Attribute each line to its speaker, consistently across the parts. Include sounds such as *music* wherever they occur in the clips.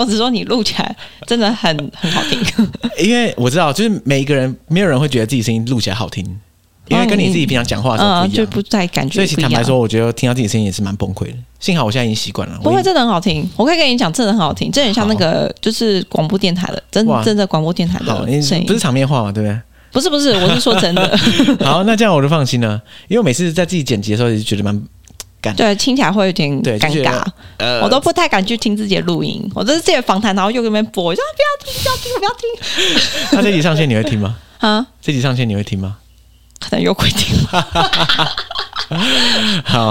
Speaker 1: 我只说你录起来真的
Speaker 2: *laughs*
Speaker 1: 很很好听。
Speaker 2: 因为我知道，就是每一个人，没有人会觉得自己声音录起来好听，因为跟你自己平常讲话的时候
Speaker 1: 嗯，
Speaker 2: 不一
Speaker 1: 就
Speaker 2: 样。
Speaker 1: 不再感
Speaker 2: 所
Speaker 1: 觉
Speaker 2: 以其
Speaker 1: 不一
Speaker 2: 实坦白
Speaker 1: 样。
Speaker 2: 说，我觉得听到自己声音也是蛮崩溃的。幸好我现在已经习惯了。
Speaker 1: 不
Speaker 2: 我
Speaker 1: 会，
Speaker 2: 已经
Speaker 1: 真的很好听。我可以跟你讲，真的很好听，这很像那个就是广播电台的，真
Speaker 2: 哇
Speaker 1: 真的广播电台
Speaker 2: 好，
Speaker 1: 的声
Speaker 2: 你
Speaker 1: 音
Speaker 2: 不。是场面话嘛，对不
Speaker 1: *laughs*
Speaker 2: 对？
Speaker 1: 不是不是，我是说真
Speaker 2: *laughs*
Speaker 1: 的，
Speaker 2: 好，那这样我就放心了，因为我每次在自己剪辑的时候，也是觉
Speaker 1: *laughs*
Speaker 2: 得蛮
Speaker 1: 对，听起来会有点
Speaker 2: 对就
Speaker 1: 尴
Speaker 2: 觉得
Speaker 1: 尬，
Speaker 2: 呃， *laughs*
Speaker 1: 我都不太敢去听自己的录音。我都是自己的访谈，然后又跟别人播，我就说不要听，不要听，不要听
Speaker 2: 那这集上线你会听吗？
Speaker 1: 啊，
Speaker 2: 这集上线你会听吗？ *laughs*
Speaker 1: 可能有鬼听。
Speaker 2: 好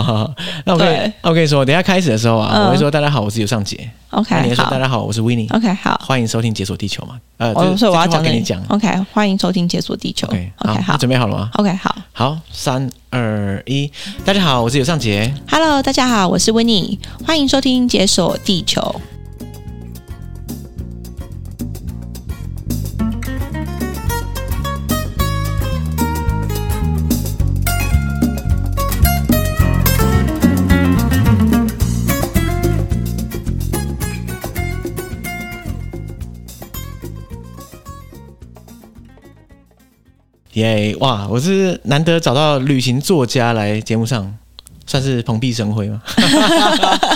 Speaker 2: 好，好那我跟
Speaker 1: 对
Speaker 2: 你，那我跟你说，等一下开始的时候啊，
Speaker 1: 嗯
Speaker 2: 我会说大家好，我是尤尚杰。那你
Speaker 1: OK，
Speaker 2: 会说
Speaker 1: 好
Speaker 2: 大家好，我是 w i n n i e
Speaker 1: ，OK，好，
Speaker 2: 欢迎收听《解锁地球》嘛。呃，
Speaker 1: 我
Speaker 2: 这
Speaker 1: 所以我要
Speaker 2: 这句话
Speaker 1: 讲
Speaker 2: 给
Speaker 1: 的
Speaker 2: 你讲。
Speaker 1: OK，欢迎收听《解锁地球》。
Speaker 2: OK，
Speaker 1: OK，
Speaker 2: 好，
Speaker 1: 好
Speaker 2: 你准备好了吗？
Speaker 1: ，OK，好。
Speaker 2: 好，三二一，大家好，我是尤尚杰。
Speaker 1: Hello，大家好，我是 w i n n i 欢迎收听《解锁地球》。
Speaker 2: 耶、哇，我是难得找到旅行作家来节目上，算是蓬荜生辉吗？ *laughs*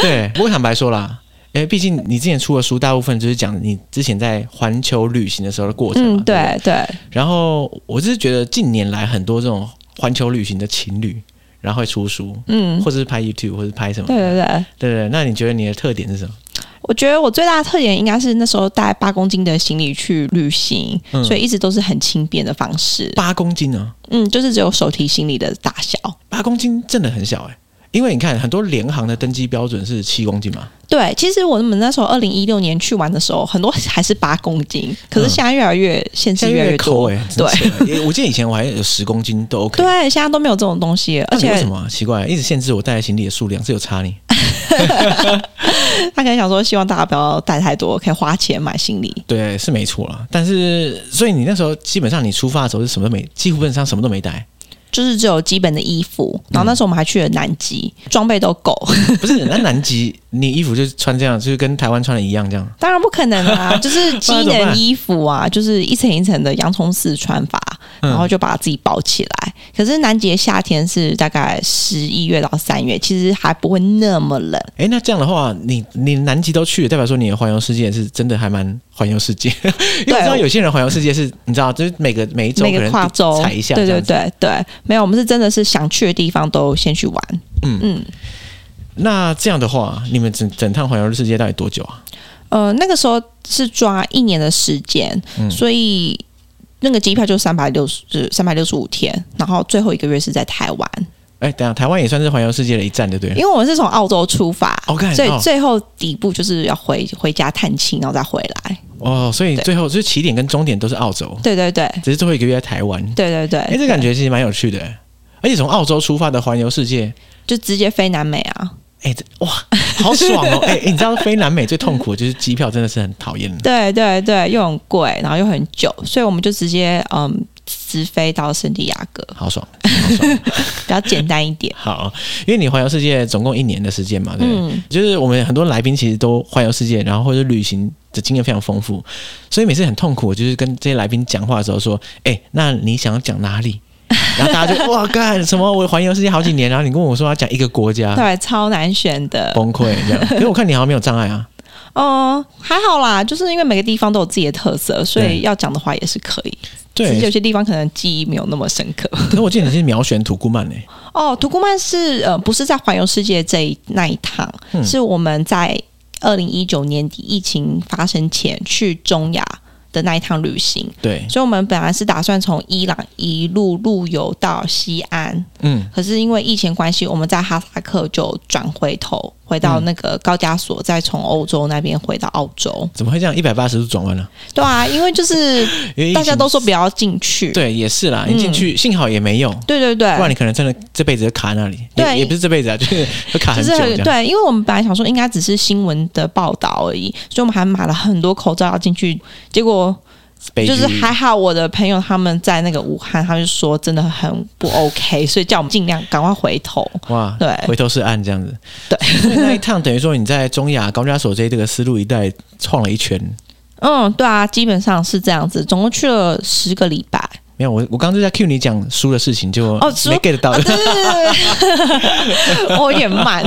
Speaker 2: 对，不过坦白说啦，因为毕竟你之前出的书，大部分就是讲你之前在环球旅行的时候的过程嘛。
Speaker 1: 嗯，
Speaker 2: 不。
Speaker 1: 对对，
Speaker 2: 然后我是觉得近年来很多这种环球旅行的情侣，然后会出书，
Speaker 1: 嗯，
Speaker 2: 或者是拍 YouTube，或者是拍什么？
Speaker 1: 对对对。
Speaker 2: 对对对。那你觉得你的特点是什么？
Speaker 1: 我觉得我最大的特点应该是那时候带八公斤的行李去旅行，
Speaker 2: 嗯
Speaker 1: 所以一直都是很轻便的方式。
Speaker 2: 八公斤啊呢、
Speaker 1: 嗯，就是只有手提行李的大小。
Speaker 2: 八公斤真的很小哎、因为你看很多联航的登机标准是七公斤嘛。
Speaker 1: 对，其实我们那时候二零一六年去玩的时候，很多还是八公斤，可是现在越来越限制
Speaker 2: 嗯现在
Speaker 1: 越来
Speaker 2: 越
Speaker 1: 越
Speaker 2: 抠
Speaker 1: 多。
Speaker 2: 哎、
Speaker 1: 对
Speaker 2: 真扯欸，我记得以前我还有十公斤都 OK。
Speaker 1: 对，现在都没有这种东西了，
Speaker 2: 那
Speaker 1: 而
Speaker 2: 你为
Speaker 1: 且
Speaker 2: 什么啊、奇怪、一直限制我带的行李的数量是有差你？
Speaker 1: 他可能想说，希望大家不要带太多，可以花钱买行李。
Speaker 2: 对，是没错啦。但是，所以你那时候基本上你出发的时候是什么都没，几乎本上什么都没带。 *laughs*
Speaker 1: 就是只有基本的衣服，
Speaker 2: 嗯
Speaker 1: 然后那时候我们还去了南极，装备都够， *laughs*
Speaker 2: 不是，那南极你衣服就是穿这样，就是跟台湾穿的一样这样。
Speaker 1: 当然不可能
Speaker 2: *laughs*
Speaker 1: 啊，就是机
Speaker 2: 不然怎么
Speaker 1: 能
Speaker 2: 办
Speaker 1: 衣服啊，就是一层一层的洋葱式穿法，
Speaker 2: 嗯
Speaker 1: 然后就把自己包起来。可是南极的夏天是大概十一月到三月，其实还不会那么冷，
Speaker 2: 哎，那这样的话，你你南极都去了，代表说你的环游世界是真的还蛮环游世界， *laughs* 因为我知道有些人环游世界是，你知道，就是每个每一周
Speaker 1: 每
Speaker 2: 可
Speaker 1: 个
Speaker 2: 能
Speaker 1: 跨州
Speaker 2: 踩一下，
Speaker 1: 对
Speaker 2: 这
Speaker 1: 对
Speaker 2: 样子。
Speaker 1: 对对，没有，我们是真的是想去的地方都先去玩。
Speaker 2: 嗯
Speaker 1: 嗯，
Speaker 2: 那这样的话，你们整整趟环游世界到底多久啊？
Speaker 1: 呃，那个时候是抓一年的时间，
Speaker 2: 嗯
Speaker 1: 所以那个机票就三百六十三百六十五天，然后最后一个月是在台湾，
Speaker 2: 哎，等一下，台湾也算是环游世界的一站，对不对了？
Speaker 1: 因为我们是从澳洲出发
Speaker 2: OK，
Speaker 1: 所以
Speaker 2: 哦
Speaker 1: 最后底部就是要回回家探亲，然后再回来。
Speaker 2: 哦，所以
Speaker 1: 对
Speaker 2: 最后就是起点跟终点都是澳洲，
Speaker 1: 对对对
Speaker 2: 只是最后一个月在台湾。
Speaker 1: 对对对，
Speaker 2: 哎、这感觉其实蛮有趣的，而且从澳洲出发的环游世界，
Speaker 1: 就直接飞南美啊。
Speaker 2: 哎、这哇，好爽哦！哎、你知道飞南美最痛苦的就是机票真的是很讨厌的。
Speaker 1: 对对对，又很贵，然后又很久，所以我们就直接嗯直飞到圣地亚哥，
Speaker 2: 好爽，好爽！。
Speaker 1: 比较简单一点
Speaker 2: *laughs* 好，因为你环游世界总共一年的时间嘛，对不对，
Speaker 1: 嗯，
Speaker 2: 就是我们很多来宾其实都环游世界，然后或者旅行的经验非常丰富，所以每次很痛苦，就是跟这些来宾讲话的时候说，哎、那你想要讲哪里？
Speaker 1: *laughs*
Speaker 2: 然后大家就哇干什么？我环游世界好几年，然后你跟我说要讲一个国家，
Speaker 1: 对，超难选的。
Speaker 2: 崩溃这样。可是我看你好像没有障碍啊，
Speaker 1: 哦、还好啦，就是因为每个地方都有自己的特色，所
Speaker 2: 对
Speaker 1: 以要讲的话也是可以。只是有
Speaker 2: 对。
Speaker 1: 些地方可能记忆没有那么深刻。
Speaker 2: 可是我记得你是秒选土库曼诶、
Speaker 1: 哦，土库曼是呃，不是在环游世界这一那一趟，
Speaker 2: 嗯
Speaker 1: 是我们在二零一九年底疫情发生前去中亚的那一趟旅行， *laughs*
Speaker 2: 对，
Speaker 1: 所以我们本来是打算从伊朗一路路游到西安，
Speaker 2: 嗯，
Speaker 1: 可是因为疫情关系，我们在哈萨克就转回头回到
Speaker 2: 嗯
Speaker 1: 那个高加索，再从欧洲那边回到澳洲。
Speaker 2: 怎么会这样一百八十度转弯呢、
Speaker 1: 对啊，因为就是
Speaker 2: 因为疫情
Speaker 1: 大家都嗯说不要进去，
Speaker 2: 对，也是啦，你进去、幸好也没用，
Speaker 1: 对对对，
Speaker 2: 不然你可能真的这辈子就卡那里，
Speaker 1: 哎对
Speaker 2: 也也不是这辈子啊，就是 *laughs* 会卡
Speaker 1: 就
Speaker 2: 很久
Speaker 1: 是
Speaker 2: 这
Speaker 1: 很
Speaker 2: 样。
Speaker 1: 对，因为我们本来想说应该只是新闻的报道而已，所以我们还买了很多口罩要进去，结果
Speaker 2: 悲剧
Speaker 1: 就是还好我的朋友他们在那个武汉，他们就说真的很不 OK，所以叫我们尽量赶快回头。
Speaker 2: 哇，
Speaker 1: 对
Speaker 2: 回头是岸这样子。
Speaker 1: 对，
Speaker 2: 所以 *laughs* 那一趟等于说你在中亚高加索这这个丝路一带晃了一圈。
Speaker 1: 嗯，对啊，基本上是这样子，总共去了十个
Speaker 2: *laughs*
Speaker 1: 礼拜。
Speaker 2: 没有，我我刚刚就在 Q 你讲书的事情，就
Speaker 1: 哦书
Speaker 2: 没 get
Speaker 1: *laughs*
Speaker 2: 到。
Speaker 1: 啊，对对对对对，哦我有点慢。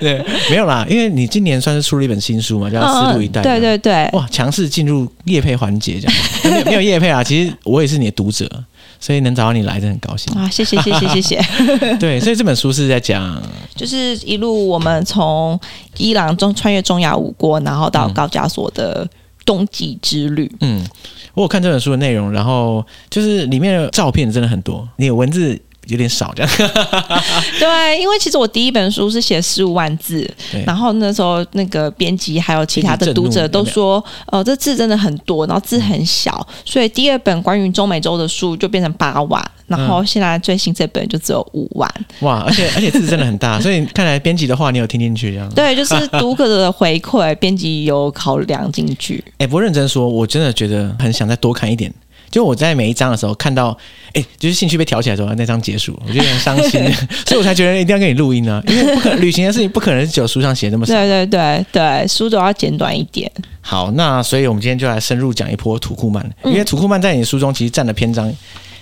Speaker 2: 对，没有啦，因为你今年算是出了一本新书嘛，叫《丝路一带》。
Speaker 1: 嗯对。对对，
Speaker 2: 哇，强势进入夜配环节这样， *laughs* 没有没有夜配啊，其实我也是你的读者，所以能找到你来真的很高兴。
Speaker 1: 哇，啊谢谢谢谢谢谢，
Speaker 2: 对，所以这本书是在讲
Speaker 1: 就是一路我们从伊朗中穿越中亚五国，然后到高加索的冬季之旅。
Speaker 2: 嗯，我有看这本书的内容，然后就是里面的照片真的很多，你的文字有点少这样。
Speaker 1: 对，因为其实我第一本书是写十五万字
Speaker 2: 对，
Speaker 1: 然后那时候那个编辑还有其他的读者都说，呃，这字真的很多，然后字很小，所以第二本关于中美洲的书就变成八万，然后现在最新这本就只有五万。
Speaker 2: 哇，而且而且字真的很大，所以看来编辑的话你有听进去这样。
Speaker 1: 对，就是读者的回馈，编辑有考量进去。
Speaker 2: 哎、不过认真说，我真的觉得很想再多看一点。就我在每一章的时候看到，哎、就是兴趣被挑起来的时候，那章结束，我就有点伤心，所以我才觉得一定要跟你录音呢、啊，因为不可旅行的事情 *laughs* 不可能是只有书上写那么少。
Speaker 1: 对对对对，书都要简短一点。
Speaker 2: 好，那所以我们今天就来深入讲一波土库曼，
Speaker 1: 嗯
Speaker 2: 因为土库曼在你书中其实占的篇章，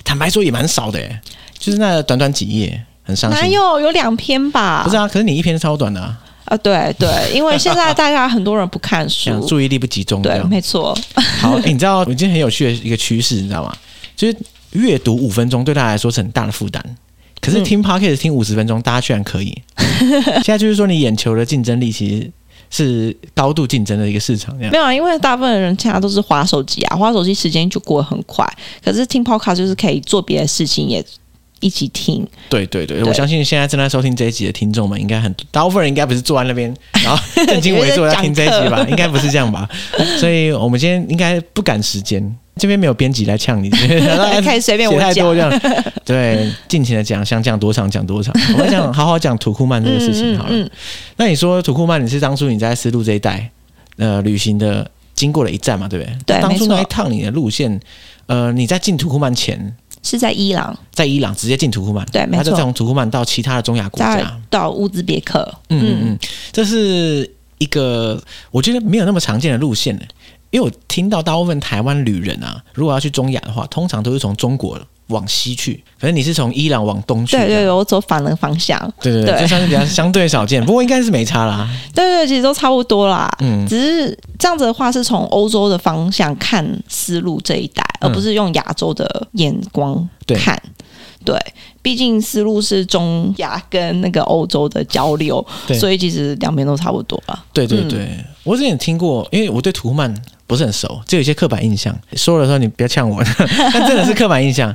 Speaker 2: 坦白说也蛮少的、欸，就是那短短几页，很伤
Speaker 1: 哪
Speaker 2: 心。
Speaker 1: 有有两篇吧？
Speaker 2: 不是啊，可是你一篇超短的、啊，
Speaker 1: 啊，对对，因为现在大家很多人不看
Speaker 2: 像
Speaker 1: 书，
Speaker 2: 注意力不集中这
Speaker 1: 对，
Speaker 2: 样。
Speaker 1: 没错。
Speaker 2: 好、欸你知道我今天很有趣的一个趋势，你知道吗？就是阅读五分钟对大家来说是很大的负担，可
Speaker 1: 嗯
Speaker 2: 是听 podcast 听五十分钟，大家居然
Speaker 1: *laughs*
Speaker 2: 可以。现在就是说，你眼球的竞争力其实是高度竞争的一个市场，这样
Speaker 1: 没。有，啊，因为大部分人现在都是划手机啊，划手机时间就过得很快。可是听 podcast 就是可以做别的事情也一起听，
Speaker 2: 对对对，
Speaker 1: 对
Speaker 2: 我相信现在正在收听这一集的听众们，应该很大部分人应该不是坐在
Speaker 1: *laughs*
Speaker 2: 那边，然后 *laughs* 正襟危坐在听这一集
Speaker 1: 讲
Speaker 2: 吧，应该不是这
Speaker 1: *laughs*
Speaker 2: 样吧？所以我们今天应该不赶时间，这边没有编辑来呛你，
Speaker 1: *laughs*
Speaker 2: *laughs*
Speaker 1: 可以随便我
Speaker 2: 写太
Speaker 1: 讲
Speaker 2: 多。这样，
Speaker 1: *laughs*
Speaker 2: 对，尽情的讲，想讲多长讲多长。我们讲好好讲土库曼这个事情好了。
Speaker 1: 嗯，
Speaker 2: 那你说土库曼，你是当初你在丝路这一带呃旅行的经过了一站嘛，对不对？
Speaker 1: 对
Speaker 2: 当初
Speaker 1: 没错
Speaker 2: 那一趟你的路线，呃，你在进土库曼前。
Speaker 1: 是在伊朗，
Speaker 2: 在伊朗直接进土库曼，
Speaker 1: 对没
Speaker 2: 他就
Speaker 1: 错
Speaker 2: 从土库曼到其他的中亚国
Speaker 1: 在
Speaker 2: 家，
Speaker 1: 到乌兹别克。
Speaker 2: 嗯嗯嗯，这是一个我觉得没有那么常见的路线呢，因为我听到大部分台湾旅人啊，如果要去中亚的话，通常都是从中国往西去，可是你是从伊朗往东去
Speaker 1: 对
Speaker 2: 的，
Speaker 1: 对对，我走反了方向。
Speaker 2: 对对对，
Speaker 1: 对
Speaker 2: 这算是比较相对少见，不过应该是没差啦，
Speaker 1: 对对，其实都差不多啦。
Speaker 2: 嗯
Speaker 1: 只是这样子的话，是从欧洲的方向看丝路这一带，而不是用亚洲的眼光
Speaker 2: 嗯对
Speaker 1: 看。对，毕竟丝路是中亚跟那个欧洲的交流
Speaker 2: 对，
Speaker 1: 所以其实两边都差不多啦。
Speaker 2: 对对对，我之前听过，因为我对土库曼不是很熟，只有一些刻板印象。说了之后你不要呛我， *laughs* 但真的是刻板印象。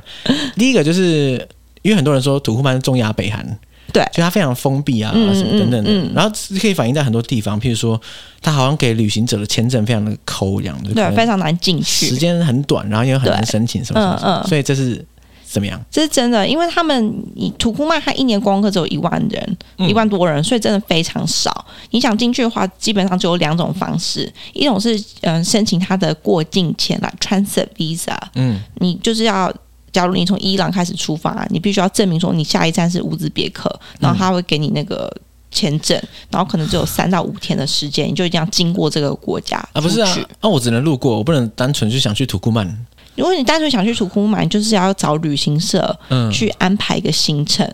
Speaker 2: 第一个就是因为很多人说土库曼是中亚北韩，
Speaker 1: 对
Speaker 2: 就它非常封闭啊，
Speaker 1: 嗯
Speaker 2: 什么等等的，
Speaker 1: 嗯嗯
Speaker 2: 然后可以反映在很多地方，譬如说它好像给旅行者的签证非常的抠一样，就可
Speaker 1: 对，
Speaker 2: 能
Speaker 1: 非常难进
Speaker 2: 时
Speaker 1: 去。
Speaker 2: 间很短，然后又很难
Speaker 1: 对
Speaker 2: 申请什么什么什么
Speaker 1: 嗯嗯
Speaker 2: 所以这是怎么样？
Speaker 1: 这是真的，因为他们你土库曼他一年观光客只有一万人，
Speaker 2: 嗯
Speaker 1: 一万多人，所以真的非常少。你想进去的话，基本上只有两种方式，一种是嗯、呃申请他的过境签啦 （transit visa），
Speaker 2: 嗯，
Speaker 1: 你就是要，假如你从伊朗开始出发，你必须要证明说你下一站是乌兹别克，然后他会给你那个签证，然后可能只有三到五天的时间，你就一定要经过这个国家
Speaker 2: 啊不是啊
Speaker 1: 出去，
Speaker 2: 啊我只能路过，我不能单纯就想去土库曼。
Speaker 1: 如果你单纯想去土库曼，你就是要找旅行社
Speaker 2: 嗯，
Speaker 1: 去安排一个行程，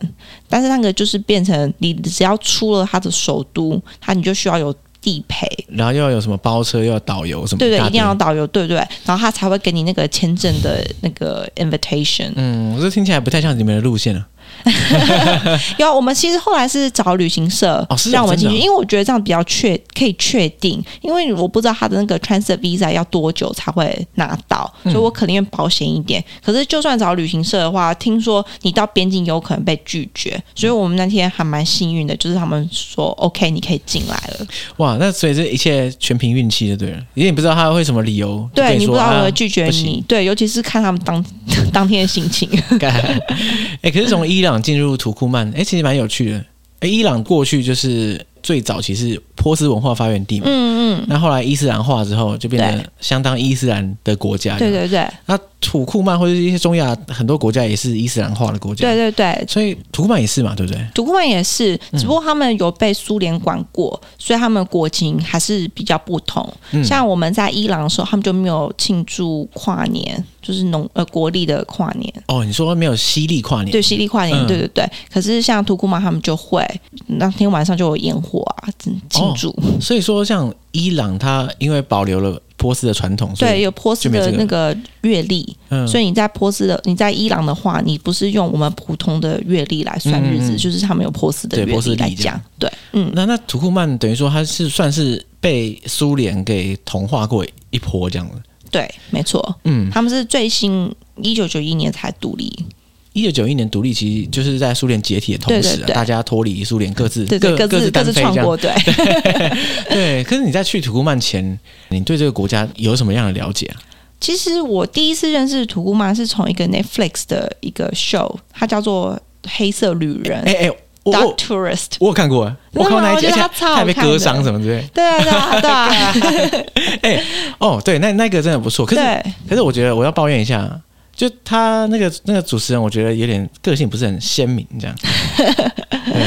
Speaker 1: 但是那个就是变成你只要出了他的首都，他你就需要有地陪。
Speaker 2: 然后又要有什么包车，又要导游什么，
Speaker 1: 对对，
Speaker 2: 大
Speaker 1: 一定要
Speaker 2: 堆
Speaker 1: 有导游，对对，然后他才会给你那个签证的那个 invitation。
Speaker 2: 嗯，我这听起来不太像你们的路线了。
Speaker 1: 有，我们其实后来是找旅行社
Speaker 2: 哦是哦
Speaker 1: 让我们进去，
Speaker 2: 真的哦
Speaker 1: 因为我觉得这样比较确可以确定，因为我不知道他的那个 transfer visa 要多久才会拿到，
Speaker 2: 嗯
Speaker 1: 所以我可宁愿保险一点。可是就算找旅行社的话，听说你到边境有可能被拒绝，所以我们那天还蛮幸运的，就是他们说 OK，你可以进来了。
Speaker 2: 哇，那所以这一切全凭运气就对了，因为你不知道他会什么理由，
Speaker 1: 对
Speaker 2: 你啊
Speaker 1: 你不知道会不会拒绝
Speaker 2: 不
Speaker 1: 你，
Speaker 2: 行
Speaker 1: 对，尤其是看他们当 *laughs* 当天的心情。
Speaker 2: *laughs* 哎、可是从伊朗进入土库曼，哎、其实蛮有趣的。哎、伊朗过去就是最早其实波斯文化发源地嘛，
Speaker 1: 嗯嗯，
Speaker 2: 那后来伊斯兰化之后，就变成相当伊斯兰的国家。
Speaker 1: 对。对对
Speaker 2: 那土库曼或者是一些中亚很多国家也是伊斯兰化的国家。
Speaker 1: 对对对，
Speaker 2: 所以土库曼也是嘛，对不对？
Speaker 1: 土库曼也是，
Speaker 2: 嗯
Speaker 1: 只不过他们有被苏联管过，所以他们国情还是比较不同。
Speaker 2: 嗯
Speaker 1: 像我们在伊朗的时候，他们就没有庆祝跨年，就是农呃国历的跨年，
Speaker 2: 哦，你说没有犀利跨年？
Speaker 1: 对西历跨年，
Speaker 2: 嗯
Speaker 1: 对对对。可是像土库曼他们就会那天晚上就有烟火啊，庆庆祝。
Speaker 2: 所以说，像伊朗，它因为保留了波斯的传统，所
Speaker 1: 对，
Speaker 2: 以
Speaker 1: 有波斯的那个月历，
Speaker 2: 嗯，
Speaker 1: 所以你在波斯的你在伊朗的话，你不是用我们普通的月历来算日子，
Speaker 2: 嗯嗯嗯
Speaker 1: 就是他们有波斯的
Speaker 2: 对
Speaker 1: 月
Speaker 2: 波斯
Speaker 1: 历
Speaker 2: 历
Speaker 1: 来
Speaker 2: 这
Speaker 1: 讲
Speaker 2: 样。
Speaker 1: 对，嗯，
Speaker 2: 那那土库曼等于说它是算是被苏联给同化过一波这样的。
Speaker 1: 对，没错。
Speaker 2: 嗯，
Speaker 1: 他们是最新一九九一年才独立，
Speaker 2: 一九九一年独立，其实就是在苏联解体的同时、啊，
Speaker 1: 对对对
Speaker 2: 大家脱离苏联，各自
Speaker 1: 对对，
Speaker 2: 各
Speaker 1: 各自各
Speaker 2: 单
Speaker 1: 自
Speaker 2: 飞
Speaker 1: 创
Speaker 2: 这样。
Speaker 1: 国，对。
Speaker 2: 对，可是你在去土库曼前，你对这个国家有什么样的了解啊？
Speaker 1: 其实我第一次认识土库曼是从一个 Netflix 的一个 show，它叫做《黑色旅人
Speaker 2: 哎、哎、我》
Speaker 1: （Dark
Speaker 2: 我
Speaker 1: Tourist）。
Speaker 2: 我有看过，我看过那一集，
Speaker 1: 我觉得
Speaker 2: 而且
Speaker 1: 它超好
Speaker 2: *laughs* 还被
Speaker 1: 看的
Speaker 2: 割伤什么之类。
Speaker 1: 对啊，对啊，对
Speaker 2: *laughs*
Speaker 1: 啊，
Speaker 2: 哦，对，那那个真的不错。可是
Speaker 1: 对，
Speaker 2: 可是我觉得我要抱怨一下，就他那个那个主持人，我觉得有点个性不是很鲜明，
Speaker 1: *laughs*
Speaker 2: 这样。对，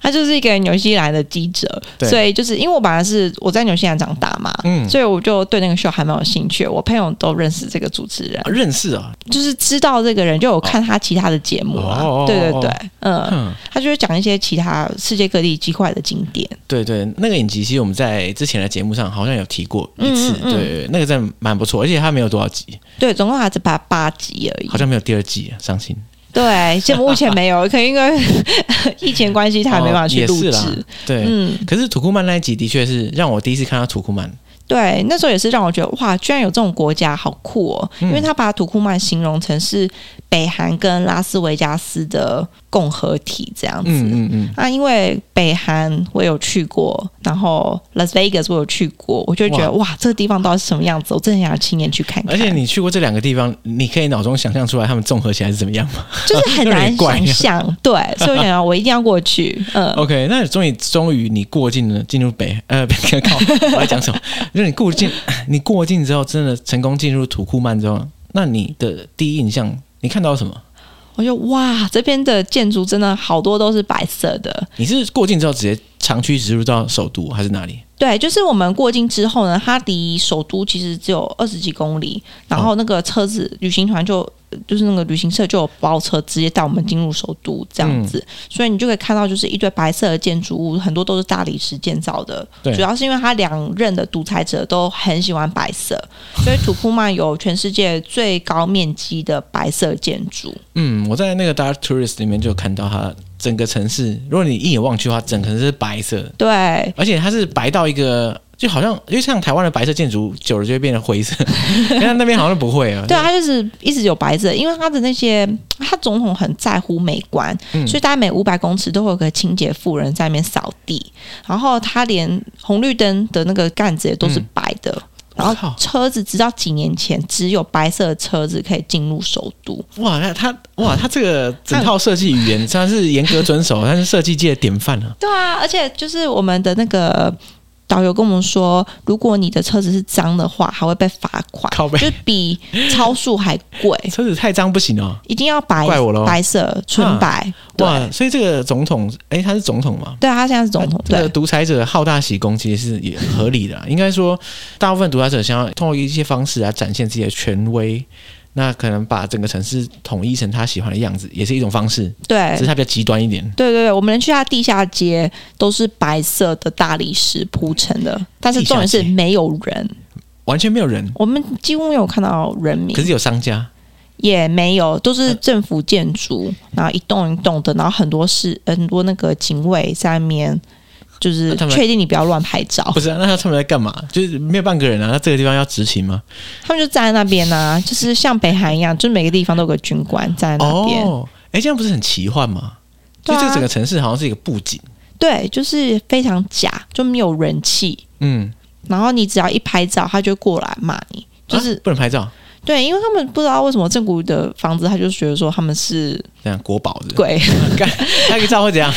Speaker 1: 他就是一个纽西兰的记者，
Speaker 2: 对
Speaker 1: 所以就是因为我本来是我在纽西兰长大嘛，
Speaker 2: 嗯
Speaker 1: 所以我就对那个 show 还蛮有兴趣。我朋友都认识这个主持人，
Speaker 2: 啊认识啊、
Speaker 1: 就是知道这个人，就有看他其他的节目啊，
Speaker 2: 哦
Speaker 1: 对对对，嗯，
Speaker 2: 嗯，
Speaker 1: 他就是讲一些其他世界各地奇怪的景点，
Speaker 2: 对对，那个影集其实我们在之前的节目上好像有提过一次，
Speaker 1: 嗯嗯嗯
Speaker 2: 对，那个真的蛮不错，而且它没有多少集，
Speaker 1: 对，总共还只拍八集而已
Speaker 2: 好，像没有第二季啊，伤心。
Speaker 1: 对，现目前
Speaker 2: *laughs*
Speaker 1: 没有，可能因为 *laughs* 疫情关系，他还没办法去
Speaker 2: 哦
Speaker 1: 录制
Speaker 2: 也是啦，对，
Speaker 1: 嗯，
Speaker 2: 可是土库曼那一集的确是让我第一次看到土库曼，
Speaker 1: 对，那时候也是让我觉得哇，居然有这种国家，好酷哦！
Speaker 2: 嗯
Speaker 1: 因为他把土库曼形容成是北韩跟拉斯维加斯的共合体这样子。啊
Speaker 2: 嗯嗯
Speaker 1: *laughs*
Speaker 2: 嗯，
Speaker 1: 那因为北韩我有去过，然后 Las Vegas 我有去过，我就觉得哇这个地方到底是什么样子？我真的很想亲眼去看看。
Speaker 2: 而且你去过这两个地方，你可以脑中想象出来他们综合起来是怎么样吗、
Speaker 1: 就是很
Speaker 2: *laughs* 有
Speaker 1: 难
Speaker 2: 点怪啊
Speaker 1: 想
Speaker 2: 哦
Speaker 1: 象，对，所以我想要我一定要过去。
Speaker 2: *laughs*
Speaker 1: 嗯，
Speaker 2: o k 那你终于终于你过境了，进入北呃 *laughs* 北靠，我在讲什么？ *laughs* 就是你过境，你过境之后，真的成功进入土库曼之后，那你的第一印象，你看到什么？
Speaker 1: 我就哇，这边的建筑真的好多都是白色的，
Speaker 2: 你是过境之后直接长驱直入到首都还是哪里？
Speaker 1: 对，就是我们过境之后呢，它离首都其实只有二十几公里，然后那个车子、旅行团就就是那个旅行社就有包车直接带我们进入首都这样子，所以你就可以看到就是一堆白色的建筑物，很多都是大理石建造的，
Speaker 2: 对
Speaker 1: 主要是因为它两任的独裁者都很喜欢白色，所以土库曼有全世界最高面积的白色建筑。
Speaker 2: 嗯，我在那个 Dark Tourist 里面就有看到它整个城市，如果你一眼望去的话，整个城市是白色的，
Speaker 1: 对，
Speaker 2: 而且它是白到一个，就好像因为像台湾的白色建筑久了就会变成灰色， *laughs* 但那边好像不会啊。
Speaker 1: 对啊，他就是一直有白色，因为他的那些他总统很在乎美观，
Speaker 2: 嗯
Speaker 1: 所以大概每五百公尺都会有个清洁妇人在那边扫地，然后他连红绿灯的那个杆子也都是白的。然
Speaker 2: 我
Speaker 1: 后
Speaker 2: 靠
Speaker 1: 车子直到几年前，只有白色的车子可以进入首都。
Speaker 2: 哇，那它哇，它这个整套设计语言它是严格遵守，它是设计界的典范啊。
Speaker 1: 对啊，而且就是我们的那个导游跟我们说，如果你的车子是脏的话，还会被罚款，
Speaker 2: 靠背
Speaker 1: 就比超速还 *laughs* 贵，
Speaker 2: *laughs* 车子太脏不行哦。
Speaker 1: 一定要白
Speaker 2: 怪我咯
Speaker 1: 白色纯
Speaker 2: 啊
Speaker 1: 白。对
Speaker 2: 哇，所以这个总统，诶，他是总统嘛？
Speaker 1: 对啊，他现在是总统，
Speaker 2: 这
Speaker 1: 对
Speaker 2: 个独裁者好大喜功其实是也合理的啦，啊应该说大部分独裁者想要通过一些方式来展现自己的权威，那可能把整个城市统一成他喜欢的样子，也是一种方式，
Speaker 1: 对
Speaker 2: 只是他比较极端一点。
Speaker 1: 对对对，我们连去他地下街都是白色的大理石铺成的，但是重点是
Speaker 2: 地下街
Speaker 1: 没有人，
Speaker 2: 完全没有人，
Speaker 1: 我们几乎没有看到人民
Speaker 2: 可，是有商家，
Speaker 1: 也没有，都是政府建筑，然后一栋一栋的，然后很多是很多那个警卫在那边，就是
Speaker 2: 那他们
Speaker 1: 确定你不要乱拍照，
Speaker 2: 不是、啊？那他们在干嘛？就是没有半个人啊！那这个地方要执勤吗？
Speaker 1: 他们就站在那边啊，就是像北韩一样，就是每个地方都有个军官站在那边，
Speaker 2: 哦，哎、这样不是很奇幻吗？
Speaker 1: 对
Speaker 2: 就
Speaker 1: 啊
Speaker 2: 这整个城市好像是一个布景，
Speaker 1: 对，就是非常假，就没有人气，
Speaker 2: 嗯，
Speaker 1: 然后你只要一拍照，他就过来骂你，就是
Speaker 2: 啊、不能拍照，
Speaker 1: 对，因为他们不知道为什么正骨的房子，他就觉得说他们是 *laughs*
Speaker 2: *laughs* 这样国宝的，
Speaker 1: 鬼，
Speaker 2: 拍个照会怎样？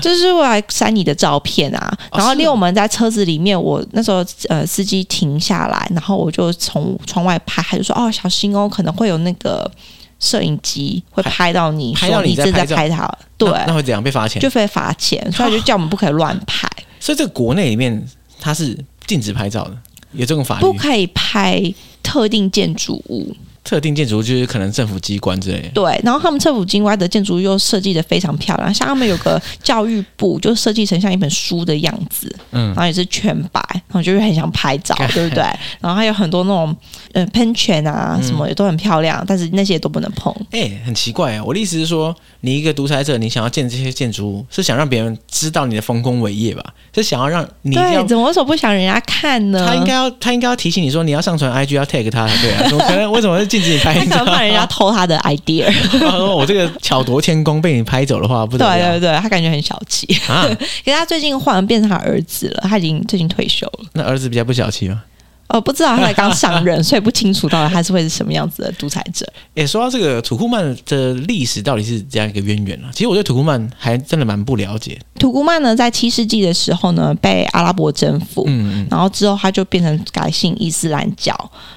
Speaker 1: 就是我来删你的照片啊。
Speaker 2: 哦
Speaker 1: 然后
Speaker 2: 是
Speaker 1: 因为
Speaker 2: 哦
Speaker 1: 我们在车子里面，我那时候呃司机停下来，然后我就从窗外拍，他就说哦小心哦，可能会有那个摄影机会
Speaker 2: 拍
Speaker 1: 拍到你，
Speaker 2: 拍
Speaker 1: 说
Speaker 2: 到你在
Speaker 1: 正在
Speaker 2: 拍照
Speaker 1: 拍他， *laughs* 对，
Speaker 2: 那那会怎样被罚钱？
Speaker 1: 就被罚钱，所以他就叫我们不可以乱拍，
Speaker 2: 所以这个国内里面它是禁止拍照的，有这种法律
Speaker 1: 不。可以拍特定建筑物。
Speaker 2: 特定建筑物就是可能政府机关之类的。
Speaker 1: 对，然后他们政府金湾的建筑又设计的非常漂亮，像他们有个教育部，就设计成像一本书的样子，
Speaker 2: 嗯
Speaker 1: 然后也是全白，然后就是很想拍
Speaker 2: *laughs*
Speaker 1: 照，对不对？然后还有很多那种呃喷泉
Speaker 2: 嗯
Speaker 1: 啊什么也都很漂亮，但是那些都不能碰。
Speaker 2: 哎、很奇怪啊！我的意思是说，你一个独裁者，你想要建这些建筑物，是想让别人知道你的丰功伟业吧？是想要让你一定要
Speaker 1: 对，怎么为什么不想人家看呢？
Speaker 2: 他应该要他应该要提醒你说你要上传 IG 要 tag 他才对啊，怎么可能？为什么是禁止你
Speaker 1: 他
Speaker 2: 拍
Speaker 1: 可
Speaker 2: 照？ *laughs*
Speaker 1: 能怕人家偷他的 idea，
Speaker 2: 他说哦我这个巧夺天工被你拍走的话，不
Speaker 1: 对
Speaker 2: 得了
Speaker 1: 对对，他感觉很小气。
Speaker 2: 啊！
Speaker 1: 可是他最近换变成他儿子了，他已经最近退休了。
Speaker 2: 那儿子比较不小气嘛。
Speaker 1: 哦，不知道他才刚上
Speaker 2: *laughs*
Speaker 1: 任，所以不清楚到底他是会是什么样子的独裁者。
Speaker 2: 哎、说到这个土库曼的历史到底是怎样一个渊源啊？其实我对土库曼还真的蛮不了解。
Speaker 1: 土库曼呢，在七世纪的时候呢，被阿拉伯征服。
Speaker 2: 嗯嗯，
Speaker 1: 然后之后，它就变成改信伊斯兰教。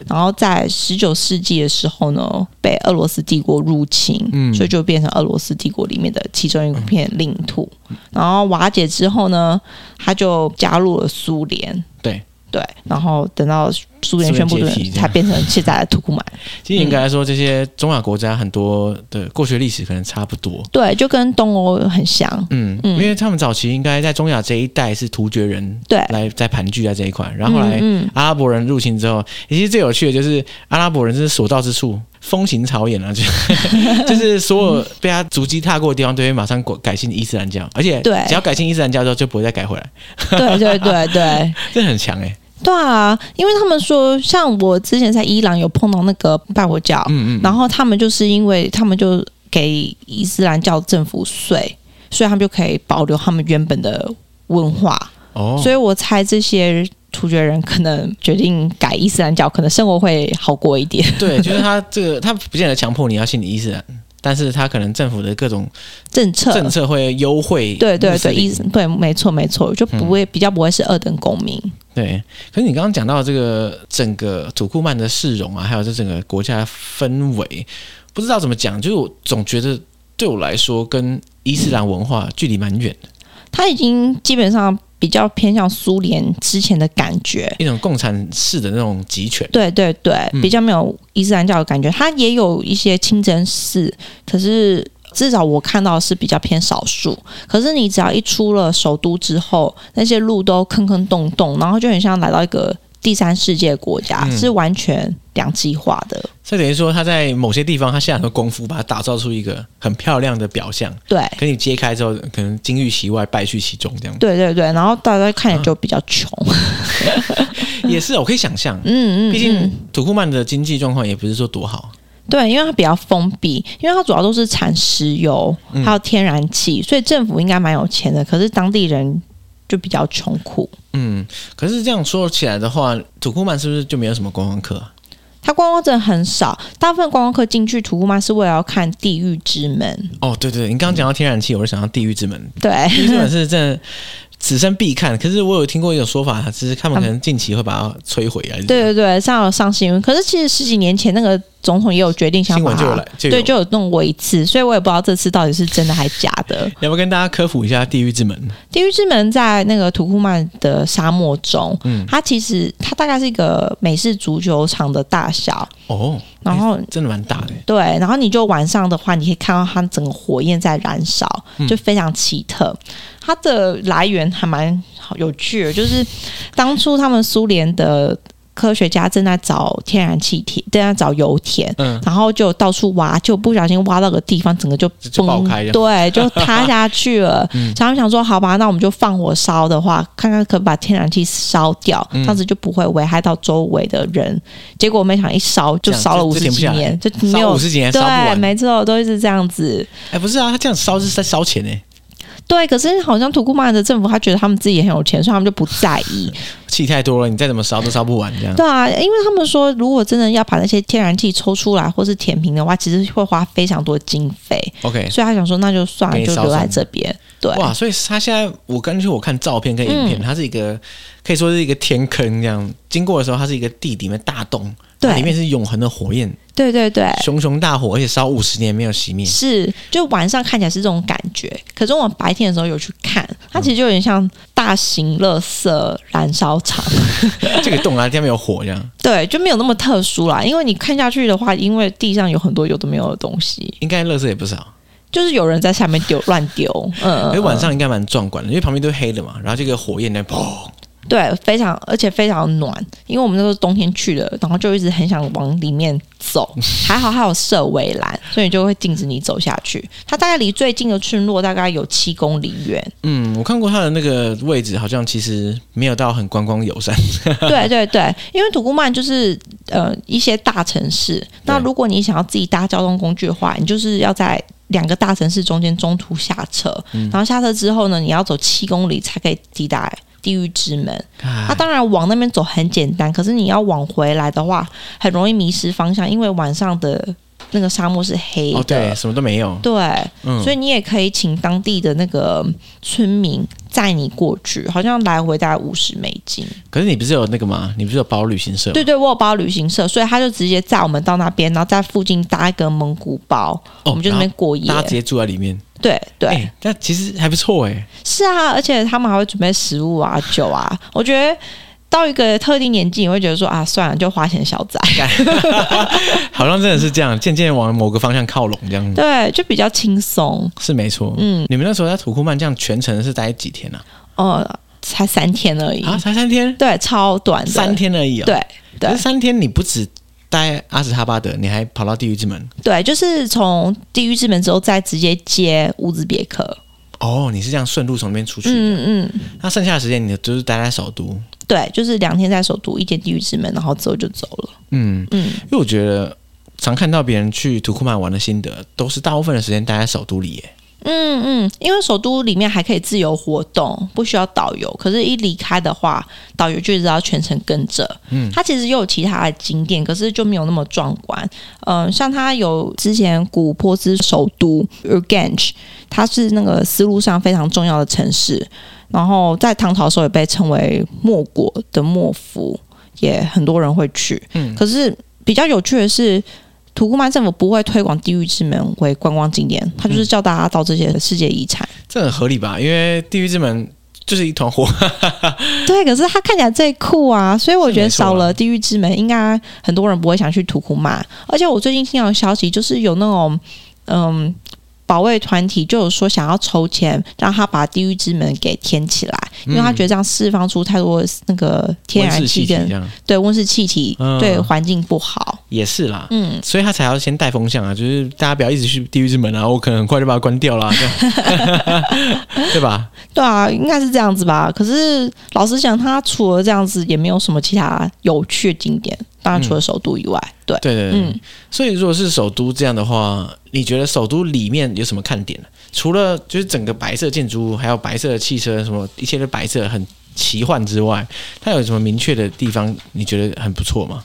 Speaker 1: 然后在十九世纪的时候呢，被俄罗斯帝国入侵，
Speaker 2: 嗯
Speaker 1: 所以就变成俄罗斯帝国里面的其中一片领土。
Speaker 2: 嗯
Speaker 1: 然后瓦解之后呢，他就加入了苏联。
Speaker 2: 对
Speaker 1: 对，然后等到苏联
Speaker 2: 苏联
Speaker 1: 宣布
Speaker 2: 解
Speaker 1: 独
Speaker 2: 体
Speaker 1: 立，
Speaker 2: 这样
Speaker 1: 才变成现在的土库曼。
Speaker 2: 其实应该来说，这些中亚国家很多的过去历史可能差不多。
Speaker 1: 对，就跟东欧很像。
Speaker 2: 嗯，因
Speaker 1: 嗯
Speaker 2: 为他们早期应该在中亚这一带是突厥人
Speaker 1: 对，
Speaker 2: 来在盘踞在这一块，然后后来
Speaker 1: 嗯嗯
Speaker 2: 阿拉伯人入侵之后，其实最有趣的就是阿拉伯人真是所到之处风行草野啊，就是 *laughs* 就是所有被他足迹踏过的地方都会马上改改信伊斯兰教，而且
Speaker 1: 对
Speaker 2: 只要改信伊斯兰教之后就不会再改回来，
Speaker 1: 嗯对对对对。
Speaker 2: 这很强哎、
Speaker 1: 对啊，因为他们说，像我之前在伊朗有碰到那个拜火教，
Speaker 2: 嗯嗯，
Speaker 1: 哦然后他们就是因为他们就给伊斯兰教政府税，所以他们就可以保留他们原本的文化。
Speaker 2: 哦，
Speaker 1: 所以我猜这些突厥人可能决定改伊斯兰教，可能生活会好过一点。 *laughs*
Speaker 2: 对，就是他这个他不见得强迫你要信伊斯兰。但是他可能政府的各种
Speaker 1: 政策，
Speaker 2: 政策会优惠
Speaker 1: 对对
Speaker 2: 穆斯
Speaker 1: 对，
Speaker 2: 林嗯
Speaker 1: 伊斯对，没错没错，就不会、比较不会是二等公民。
Speaker 2: 对，可是你刚刚讲到这个整个土库曼的市容啊，还有这整个国家的氛围，不知道怎么讲，就是我总觉得对我来说跟伊斯兰文化距离蛮远的，
Speaker 1: 他已经基本上比较偏向苏联之前的感觉，
Speaker 2: 一种共产式的那种集权。 *laughs*
Speaker 1: 对对对
Speaker 2: 嗯，
Speaker 1: 比较没有伊斯兰教的感觉。它也有一些清真寺，可是至少我看到的是比较偏少数。可是你只要一出了首都之后，那些路都坑坑洞洞，然后就很像来到一个第三世界国家，
Speaker 2: 嗯
Speaker 1: 是完全两极化的。
Speaker 2: 所以等于说，他在某些地方他下很多功夫，把它打造出一个很漂亮的表象。
Speaker 1: 对
Speaker 2: 可你揭开之后，可能金玉其外，败絮其中这
Speaker 1: *laughs*
Speaker 2: 样。
Speaker 1: 对对对，然后大家看起来就比较穷。
Speaker 2: 也是，我哦可以想象，
Speaker 1: 嗯嗯，嗯
Speaker 2: 毕竟土库曼的经济状况也不是说多好。
Speaker 1: 对，因为它比较封闭，因为它主要都是产石油
Speaker 2: 嗯
Speaker 1: 还有天然气，所以政府应该蛮有钱的，可是当地人就比较穷苦。
Speaker 2: 嗯，可是这样说起来的话，土库曼是不是就没有什么观光客啊、
Speaker 1: 它观光真的很少，大部分观光客进去土库曼是为了要看地狱之门。
Speaker 2: 哦，对对，对你刚刚讲到天然气，我就想到地狱之门。
Speaker 1: 对，
Speaker 2: 地狱之门是真的此生必看，可是我有听过一种说法，只是他们可能近期会把它摧毁啊。还是
Speaker 1: *laughs* 对对对，上有上新闻。可是其实十几年前那个总统也有决定想
Speaker 2: 新
Speaker 1: 把
Speaker 2: 闻就有
Speaker 1: 它
Speaker 2: 来，，就有
Speaker 1: 对，就有弄过一次，所以我也不知道这次到底是真的还假的。
Speaker 2: 要不要跟大家科普一下地狱之门？
Speaker 1: 地狱之门在那个土库曼的沙漠中，
Speaker 2: 嗯
Speaker 1: 它其实它大概是一个美式足球场的大小，
Speaker 2: 哦，
Speaker 1: 然后
Speaker 2: 真的蛮大的。欸
Speaker 1: 对，然后你就晚上的话，你可以看到它整个火焰在燃烧，就非常奇特。它的来源还蛮好有趣的，就是当初他们苏联的科学家正在找天然气田，正在找油田。
Speaker 2: 嗯，
Speaker 1: 然后就到处挖，就不小心挖到个地方，整个就
Speaker 2: 就就
Speaker 1: 崩，
Speaker 2: 爆开这样
Speaker 1: 对，就塌下去了。
Speaker 2: *laughs* 嗯
Speaker 1: 所以他们想说，好吧，那我们就放火烧的话，看看可不可以把天然气烧掉，
Speaker 2: 嗯
Speaker 1: 这样子就不会危害到周围的人。结果没想一烧就
Speaker 2: 这样
Speaker 1: 烧了
Speaker 2: 就
Speaker 1: 五
Speaker 2: 就
Speaker 1: 十
Speaker 2: 停不
Speaker 1: 几
Speaker 2: 下来
Speaker 1: 年，就没
Speaker 2: 烧
Speaker 1: 有
Speaker 2: 五十几年烧不
Speaker 1: 对，
Speaker 2: 完。
Speaker 1: 没错，都一直这样子。
Speaker 2: 哎，不是啊，他这样烧是在烧钱欸呢，
Speaker 1: 对，可是好像土库曼的政府，他觉得他们自己也很有钱，所以他们就不在
Speaker 2: *laughs*
Speaker 1: 意。
Speaker 2: 气太多了，你再怎么烧都烧不完这样。
Speaker 1: 对啊，因为他们说，如果真的要把那些天然气抽出来或是填平的话，其实会花非常多经费，
Speaker 2: OK，
Speaker 1: 所以他想说，那就算了，
Speaker 2: 给你
Speaker 1: 就
Speaker 2: 烧
Speaker 1: 留在
Speaker 2: 算了
Speaker 1: 这边。对，
Speaker 2: 哇！所以他现在，我根据我看照片跟影
Speaker 1: 嗯
Speaker 2: 片，它是一个可以说是一个天坑这样。经过的时候，它是一个地底面大洞，
Speaker 1: 对
Speaker 2: 它里面是永恒的火焰，
Speaker 1: 对对对，
Speaker 2: 熊熊大火，而且烧五十年没有熄灭。
Speaker 1: 是，就晚上看起来是这种感觉，可是我们白天的时候有去看，它其实就有点像大型垃圾燃烧
Speaker 2: *laughs*
Speaker 1: 厂，
Speaker 2: 这个洞啊，下面有火这样，
Speaker 1: 对，就没有那么特殊啦。因为你看下去的话，因为地上有很多有的没有的东西，
Speaker 2: 应该垃圾也不少。
Speaker 1: 就是有人在下面丢乱丢，嗯，
Speaker 2: 而
Speaker 1: 嗯
Speaker 2: 且
Speaker 1: 嗯
Speaker 2: 晚上应该蛮壮观的，因为旁边都是黑的嘛，然后这个火焰在砰，
Speaker 1: 对，非常而且非常暖，因为我们那时候冬天去的，然后就一直很想往里面走，还好还有设围栏，所以就会禁止你走下去。它大概离最近的村落大概有七公里远，
Speaker 2: *laughs* 嗯，我看过它的那个位置，好像其实没有到很观光友善。
Speaker 1: 对对对，因为土库曼就是呃一些大城市，那如果你想要自己搭交通工具的话，你就是要在两个大城市中间中途下车，然后下车之后呢，你要走七公里才可以抵达。地狱之门，那、
Speaker 2: 啊，
Speaker 1: 当然往那边走很简单，可是你要往回来的话，很容易迷失方向，因为晚上的那个沙漠是黑的。
Speaker 2: 哦，对，什么都没有。
Speaker 1: 对，
Speaker 2: 嗯，
Speaker 1: 所以你也可以请当地的那个村民载你过去，好像来回大概五十美金。
Speaker 2: 可是你不是有那个吗？你不是有包旅行社吗？
Speaker 1: 对对，我有包旅行社，所以他就直接载我们到那边，然后在附近搭一个蒙古包，
Speaker 2: 哦，
Speaker 1: 我们就在那边过夜
Speaker 2: 然。后大家直接住在里面。
Speaker 1: 对对、
Speaker 2: 哎，那其实还不错哎。
Speaker 1: 是啊，而且他们还会准备食物啊、酒啊。我觉得到一个特定年纪，你会觉得说啊，算了，就花钱啊消灾，
Speaker 2: 好像真的是这样，渐渐往某个方向靠拢，这样子
Speaker 1: 对，就比较轻松。
Speaker 2: 是没错。嗯，你们那时候在土库曼这样全程是待几天啊？
Speaker 1: 呃，才三天而已，
Speaker 2: 啊，才三天，
Speaker 1: 嗯对，超短的，
Speaker 2: 三天而已啊、
Speaker 1: 对。对
Speaker 2: 可是三天你不止待阿斯哈巴德，你还跑到地狱之门。
Speaker 1: 对，就是从地狱之门之后，再直接接乌兹别克。
Speaker 2: 哦，你是这样顺路从那边出去。
Speaker 1: 嗯嗯，
Speaker 2: 那剩下的时间你就是待在首都。
Speaker 1: 对，就是两天在首都，一天地狱之门，然后之后就走了。
Speaker 2: 嗯，
Speaker 1: 嗯，
Speaker 2: 因为我觉得常看到别人去土库曼玩的心得，都是大部分的时间待在首都里耶。
Speaker 1: 嗯嗯，因为首都里面还可以自由活动，不需要导游。可是，一离开的话，导游就一直要全程跟着。嗯，它其实又有其他的景点，可是就没有那么壮观。嗯、像它有之前古波斯首都 Urgench，它是那个丝路上非常重要的城市，然后在唐朝的时候也被称为莫国的莫府，也很多人会去。
Speaker 2: 嗯
Speaker 1: 可是比较有趣的是，土库曼政府不会推广地狱之门为观光景点，他
Speaker 2: 嗯
Speaker 1: 就是叫大家到这些世界遗产。
Speaker 2: 这很合理吧？因为地狱之门就是一团火，
Speaker 1: 对，可是它看起来最酷啊，所以我觉得
Speaker 2: 是没错啊
Speaker 1: 少了地狱之门，应该很多人不会想去土库曼。而且我最近听到的消息，就是有那种嗯。保卫团体就有说想要筹钱，让他把地狱之门给填起来，因为他觉得这样释放出太多那个天
Speaker 2: 嗯温
Speaker 1: 然
Speaker 2: 室气
Speaker 1: 气
Speaker 2: 体
Speaker 1: 跟
Speaker 2: 这样
Speaker 1: 对温室气体
Speaker 2: 嗯
Speaker 1: 对环境不好。
Speaker 2: 也是啦。
Speaker 1: 嗯，
Speaker 2: 所以他才要先带风向啊，就是大家不要一直去地狱之门啊，我可能很快就把它关掉啦，
Speaker 1: *laughs*
Speaker 2: 这样对吧？
Speaker 1: 对啊，应该是这样子吧。可是老实讲，它除了这样子，也没有什么其他有趣的景点。当然，除了首都以外，对，
Speaker 2: 对对对。
Speaker 1: 嗯
Speaker 2: 所以如果是首都这样的话，你觉得首都里面有什么看点呢？除了就是整个白色建筑物，还有白色的汽车，什么一切都白色，很奇幻之外，它有什么明确的地方你觉得很不错吗？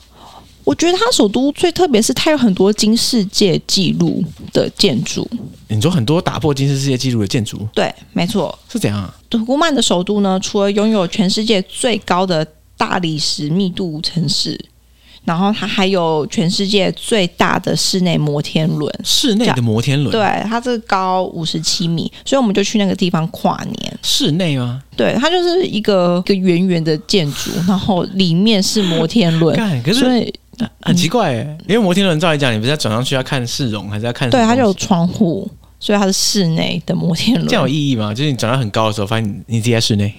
Speaker 1: 我觉得它首都最特别是它有很多金世界纪录的建筑。
Speaker 2: 你说很多打破金氏世界纪录的建筑
Speaker 1: 对，没错，
Speaker 2: 是怎样啊？
Speaker 1: 土库曼的首都呢，除了拥有全世界最高的大理石密度城市，然后它还有全世界最大的室内摩天轮。
Speaker 2: 室内的摩天轮，
Speaker 1: 对，它这高五十七米，所以我们就去那个地方跨年。
Speaker 2: 室内吗？
Speaker 1: 对，它就是一个一个圆圆的建筑，然后里面是摩天轮，
Speaker 2: 干，可是
Speaker 1: 所以嗯
Speaker 2: 很奇怪、欸，因为摩天轮照理讲，你不是要转上去要看市容，还是要看什
Speaker 1: 对
Speaker 2: 么
Speaker 1: 它就有
Speaker 2: 东西
Speaker 1: 窗户，所以它是室内的摩天
Speaker 2: 这样有
Speaker 1: 轮。
Speaker 2: 意义吗？就是你转到很高的时候，发现你你自己在室内。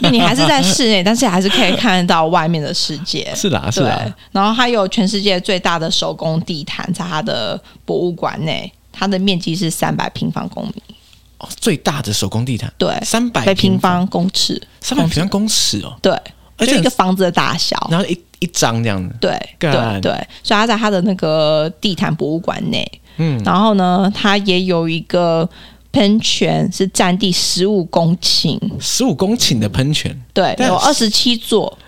Speaker 1: 那你还是在室内，但是还是可以看得到外面的世界。
Speaker 2: 是啦， *laughs* 是啊
Speaker 1: 对
Speaker 2: 啦，，
Speaker 1: 然后它有全世界最大的手工地毯，在它的博物馆内，它的面积是三百平方公米，
Speaker 2: 哦，最大的手工地毯，
Speaker 1: 对，
Speaker 2: 三百
Speaker 1: 百平
Speaker 2: 平方，
Speaker 1: 方公尺，
Speaker 2: 三百平方公尺哦，
Speaker 1: 对，
Speaker 2: 而
Speaker 1: 就
Speaker 2: 且
Speaker 1: 一个房子的大小。
Speaker 2: 然后一一张这样子，
Speaker 1: 对对
Speaker 2: 干
Speaker 1: 对，所以他在他的那个地毯博物馆内，
Speaker 2: 嗯
Speaker 1: 嗯，然后呢，他也有一个喷泉，是占地十五公顷，
Speaker 2: 十五公顷的喷泉，
Speaker 1: 对，
Speaker 2: 但
Speaker 1: 有二十七座，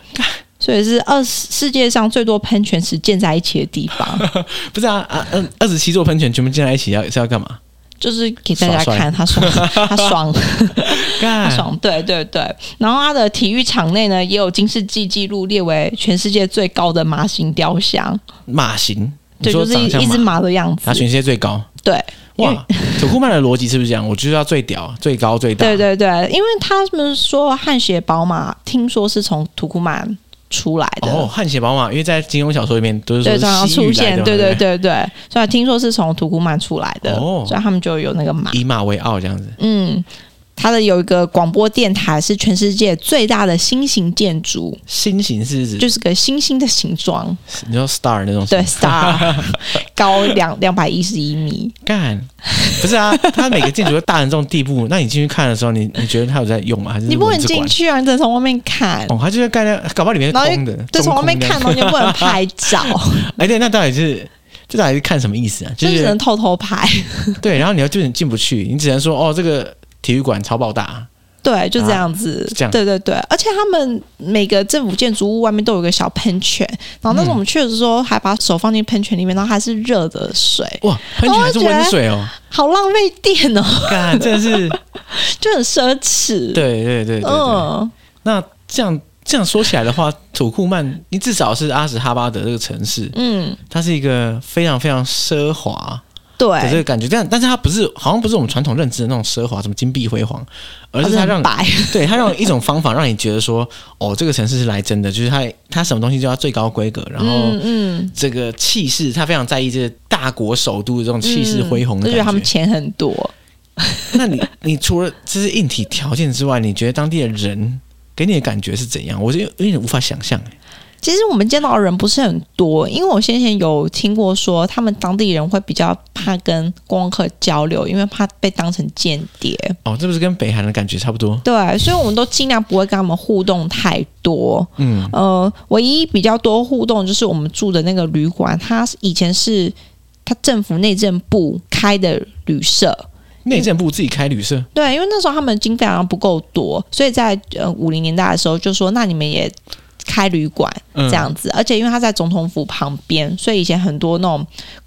Speaker 1: 所以是二世界上最多喷泉
Speaker 2: *laughs*
Speaker 1: 池建在一起的地方，
Speaker 2: 不是啊啊，二二十七座喷泉全部建在一起要是要干嘛？
Speaker 1: 就是给大家
Speaker 2: 耍帅
Speaker 1: 看他爽，他
Speaker 2: *laughs*
Speaker 1: 爽，
Speaker 2: 哎
Speaker 1: 他
Speaker 2: 干
Speaker 1: 爽，对对对。然后他的体育场内呢，也有金世纪纪录列为全世界最高的马形雕像，
Speaker 2: 马型，你
Speaker 1: 对，就
Speaker 2: 说
Speaker 1: 是
Speaker 2: 长相
Speaker 1: 一只
Speaker 2: 马，
Speaker 1: 马的样子
Speaker 2: 它，全世界最高。
Speaker 1: 对。因为
Speaker 2: 哇，土库曼的逻辑是不是这样？我就是要最屌、最高、最大。
Speaker 1: 对对对，因为他们说汗血宝马，听说是从土库曼出来的，
Speaker 2: 哦，汗血宝马，因为在金庸小说里面都是
Speaker 1: 对，
Speaker 2: 说
Speaker 1: 常常
Speaker 2: 是西
Speaker 1: 出
Speaker 2: 域来
Speaker 1: 现，
Speaker 2: 的嘛，
Speaker 1: 对对
Speaker 2: 对不
Speaker 1: 对对，所以听说是从土库曼出来的，
Speaker 2: 哦
Speaker 1: 所以他们就有那个马。
Speaker 2: 对，以马为傲这样子。
Speaker 1: 嗯，它的有一个广播电台是全世界最大的新型建筑，
Speaker 2: 心形是哦指
Speaker 1: 就是个星星的形状，
Speaker 2: 你说 star 那种
Speaker 1: 对
Speaker 2: 形
Speaker 1: ，star，高
Speaker 2: *laughs*
Speaker 1: 两两百一十一米。
Speaker 2: 干，不
Speaker 1: *laughs*
Speaker 2: 是啊？它每个建筑都大成这种地步，那你进去看的时候，你你觉得它有在用吗？还是
Speaker 1: 你不能
Speaker 2: 文字
Speaker 1: 进
Speaker 2: 馆
Speaker 1: 去啊，你只能从外面看，
Speaker 2: 哦，它就是盖在，搞不好里面是
Speaker 1: 然后
Speaker 2: 空的，
Speaker 1: 就从外面
Speaker 2: 中
Speaker 1: 看，
Speaker 2: 空的
Speaker 1: 然后你又不能拍
Speaker 2: *laughs*
Speaker 1: 照，
Speaker 2: 哎，对，那到底是这到底是看什么意思啊？
Speaker 1: 就
Speaker 2: 就
Speaker 1: 是只
Speaker 2: 是
Speaker 1: 能偷偷拍。
Speaker 2: 对，然后你要就是你进不去，你只能说哦，这个体育馆超爆大，
Speaker 1: 对，就这样子，
Speaker 2: 啊是这样
Speaker 1: 对对对，而且他们每个政府建筑物外面都有一个小喷泉，然后那时候我们去的时候还把手放进喷泉里面，然后还是热的水，
Speaker 2: 哇，喷泉还是温水哦，
Speaker 1: 好浪费电哦，
Speaker 2: 干，真的
Speaker 1: *laughs*
Speaker 2: 是，
Speaker 1: 就很奢侈。，
Speaker 2: 对对对对对。
Speaker 1: 嗯，
Speaker 2: 那这样这样说起来的话，土库曼，你至少是阿什哈巴德这个城市，
Speaker 1: 嗯，
Speaker 2: 它是一个非常非常奢华的这
Speaker 1: 对，
Speaker 2: 个感觉，但但是它不是，好像不是我们传统认知的那种奢华，什么金碧辉煌，而是它
Speaker 1: 很
Speaker 2: 让啊
Speaker 1: 白，
Speaker 2: *laughs* 对它让一种方法让你觉得说，哦，这个城市是来真的，就是它它什么东西就要最高规格，然后
Speaker 1: 嗯嗯，
Speaker 2: 这个气势，它非常在意这个大国首都的这种气势恢宏
Speaker 1: 嗯
Speaker 2: 的
Speaker 1: 就觉得
Speaker 2: 感
Speaker 1: 他
Speaker 2: 觉。
Speaker 1: 们钱很多。
Speaker 2: *laughs* 那你你除了这是硬体条件之外，你觉得当地的人给你的感觉是怎样？我是有有点无法想象、欸。
Speaker 1: 其实我们见到的人不是很多，因为我先前有听过说，他们当地人会比较怕跟观光客交流，因为怕被当成间谍。
Speaker 2: 哦，这不是跟北韩的感觉差不多？
Speaker 1: 对，所以我们都尽量不会跟他们互动太多。
Speaker 2: 嗯，
Speaker 1: 呃，唯一比较多互动就是我们住的那个旅馆，它是以前是它政府内政部开的旅社。
Speaker 2: 内政部自己开旅社，
Speaker 1: 对，因为那时候他们经费好像不够多，所以在呃五零年代的时候就说，那你们也开旅馆
Speaker 2: 嗯
Speaker 1: 这样子。而且因为它在总统府旁边，所以以前很多那种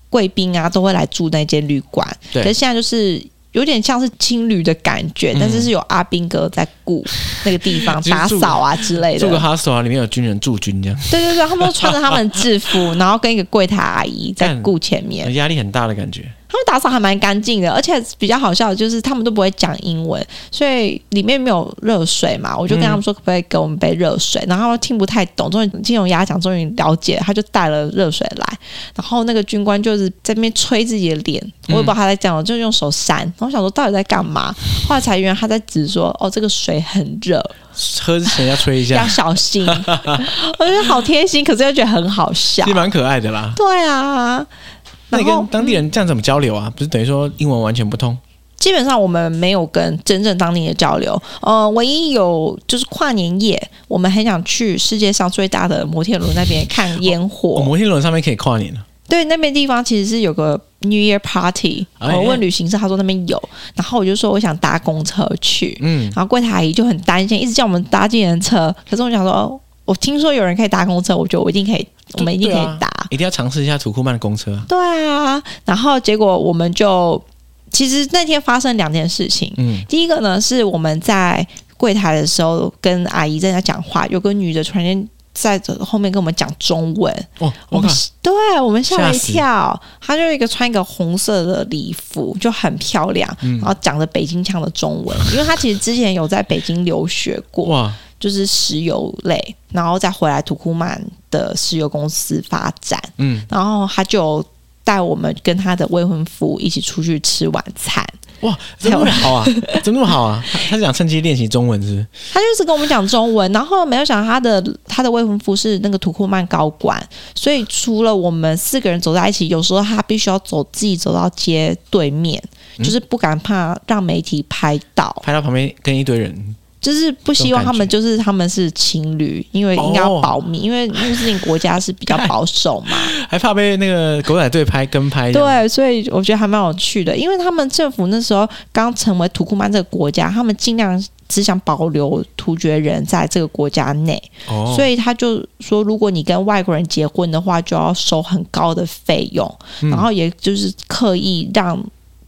Speaker 1: 贵宾啊都会来住那间旅馆。
Speaker 2: 对
Speaker 1: 可是现在就是。有点像是青旅的感觉，
Speaker 2: 嗯
Speaker 1: 但是是有阿兵哥在顾那个地方
Speaker 2: 就是
Speaker 1: 打
Speaker 2: 住
Speaker 1: 扫啊之类的
Speaker 2: *laughs* 住。个 hostel 啊，里面有军人驻军这样，
Speaker 1: 对对对，他们都穿着他们的制
Speaker 2: *laughs*
Speaker 1: 服，然后跟一个柜台阿姨在
Speaker 2: 干
Speaker 1: 顾前面。
Speaker 2: 压力很大的感觉。
Speaker 1: 他们打扫还蛮干净的，而且比较好笑的就是他们都不会讲英文，所以里面没有热水嘛，我就
Speaker 2: 嗯
Speaker 1: 跟他们说可不可以给我们杯热水，然后他们听不太懂，终于金融牙讲终于了解，他就带了热水来，然后那个军官就是在那边吹自己的脸，我
Speaker 2: 嗯
Speaker 1: 也不知道他在讲，就用手扇，然后我想说到底在干嘛，后来才原来他在指说哦这个水很热，
Speaker 2: 喝之前要吹一
Speaker 1: 要
Speaker 2: 下，
Speaker 1: 小
Speaker 2: *laughs*
Speaker 1: 心，我觉得好贴心，可是又觉得很好笑
Speaker 2: 其实，蛮可爱的啦。
Speaker 1: 对啊，
Speaker 2: 那
Speaker 1: 然
Speaker 2: 你
Speaker 1: 后
Speaker 2: 跟当地人这样怎么交流啊？不是等于说英文完全不通？
Speaker 1: 基本上我们没有跟真正当地的交流，呃，唯一有就是跨年夜，我们很想去世界上最大的摩天轮那边看烟
Speaker 2: 哦我、
Speaker 1: 火。
Speaker 2: 摩天轮上面可以跨年啊了，
Speaker 1: 对，那边地方其实是有个 New Year Party，
Speaker 2: 哎哎
Speaker 1: 我问旅行社，他说那边有，然后我就说我想搭公车去，
Speaker 2: 嗯，
Speaker 1: 然后柜台阿姨就很担心，一直叫我们搭计程车，可是我想说，哦我听说有人可以搭公车，我觉得我一定可以，我们一定可
Speaker 2: 对啊
Speaker 1: 以搭。
Speaker 2: 一定要尝试一下土库曼的公车啊。
Speaker 1: 对啊，然后结果我们就，其实那天发生两件事情，
Speaker 2: 嗯，
Speaker 1: 第一个呢，是我们在柜台的时候跟阿姨在那讲话，有个女的突然间在后面跟我们讲中文，
Speaker 2: 哦，
Speaker 1: 我
Speaker 2: 我
Speaker 1: 们
Speaker 2: 靠，
Speaker 1: 对我们吓
Speaker 2: 吓
Speaker 1: 了一
Speaker 2: 死
Speaker 1: 跳。她就一个穿一个红色的礼服，就很漂亮，
Speaker 2: 嗯
Speaker 1: 然后讲着北京腔的中文， *laughs* 因为她其实之前有在北京留学过，
Speaker 2: 哇，
Speaker 1: 就是石油类，然后再回来土库曼的石油公司发展，
Speaker 2: 嗯，
Speaker 1: 然后她就。带我们跟她的未婚夫一起出去吃晚餐，
Speaker 2: 哇，怎么那么好 *laughs* 啊？怎么那么好啊？他他是想趁机练习中文是不是？
Speaker 1: 他就一直跟我们讲中文，然后没有想到他的他的未婚夫是那个土库曼高管，所以除了我们四个人走在一起，有时候他必须要走自己走到街对面，
Speaker 2: 嗯
Speaker 1: 就是不敢怕让媒体拍到，
Speaker 2: 拍到旁边跟一堆人，
Speaker 1: 就是不希望他们就是他们是情侣，因为应该要保密，因为穆斯林国家是比较保守嘛，
Speaker 2: 还怕被那个狗仔队拍跟拍这样。
Speaker 1: 对，所以我觉得还蛮有趣的，因为他们政府那时候刚成为土库曼这个国家，他们尽量只想保留突厥人在这个国家内。
Speaker 2: 哦，
Speaker 1: 所以他就说，如果你跟外国人结婚的话，就要收很高的费用，
Speaker 2: 嗯
Speaker 1: 然后也就是刻意让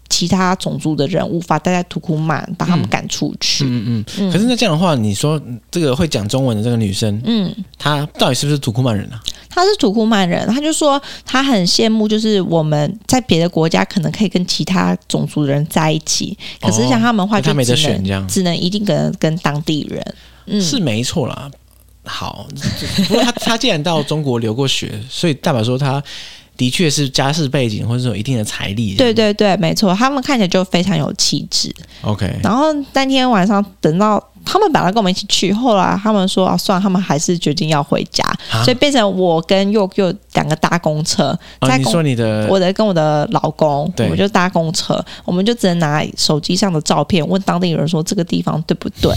Speaker 1: 其他种族的人无法待在图库曼，把他们赶出去。
Speaker 2: 嗯嗯。可是那这样的话，你说这个会讲中文的这个女生，
Speaker 1: 嗯，
Speaker 2: 她到底是不是土库曼人啊？
Speaker 1: 他是土库曼人，他就说他很羡慕，就是我们在别的国家可能可以跟其他种族的人在一起，可是像他们的话
Speaker 2: 哦那
Speaker 1: 就
Speaker 2: 他没得
Speaker 1: 只能
Speaker 2: 选这样
Speaker 1: 只能一定跟跟当地人。嗯，
Speaker 2: 是没错啦。好，不 *laughs* 过她她既然到中国留过学，所以代表说她的确是家世背景或者说有一定的财力。
Speaker 1: 对对对，没错，他们看起来就非常有气质。
Speaker 2: ，OK，
Speaker 1: 然后那天晚上等到他们本来跟我们一起去，后来他们说啊，算了，他们还是决定要回家，
Speaker 2: 啊
Speaker 1: 所以变成我跟佑佑两个搭公车，
Speaker 2: 啊，
Speaker 1: 在
Speaker 2: 你
Speaker 1: 公、
Speaker 2: 说你的
Speaker 1: 我的跟我的老公，我
Speaker 2: 对
Speaker 1: 们就搭公车，我们就只能拿手机上的照片问当地人说这个地方对不对，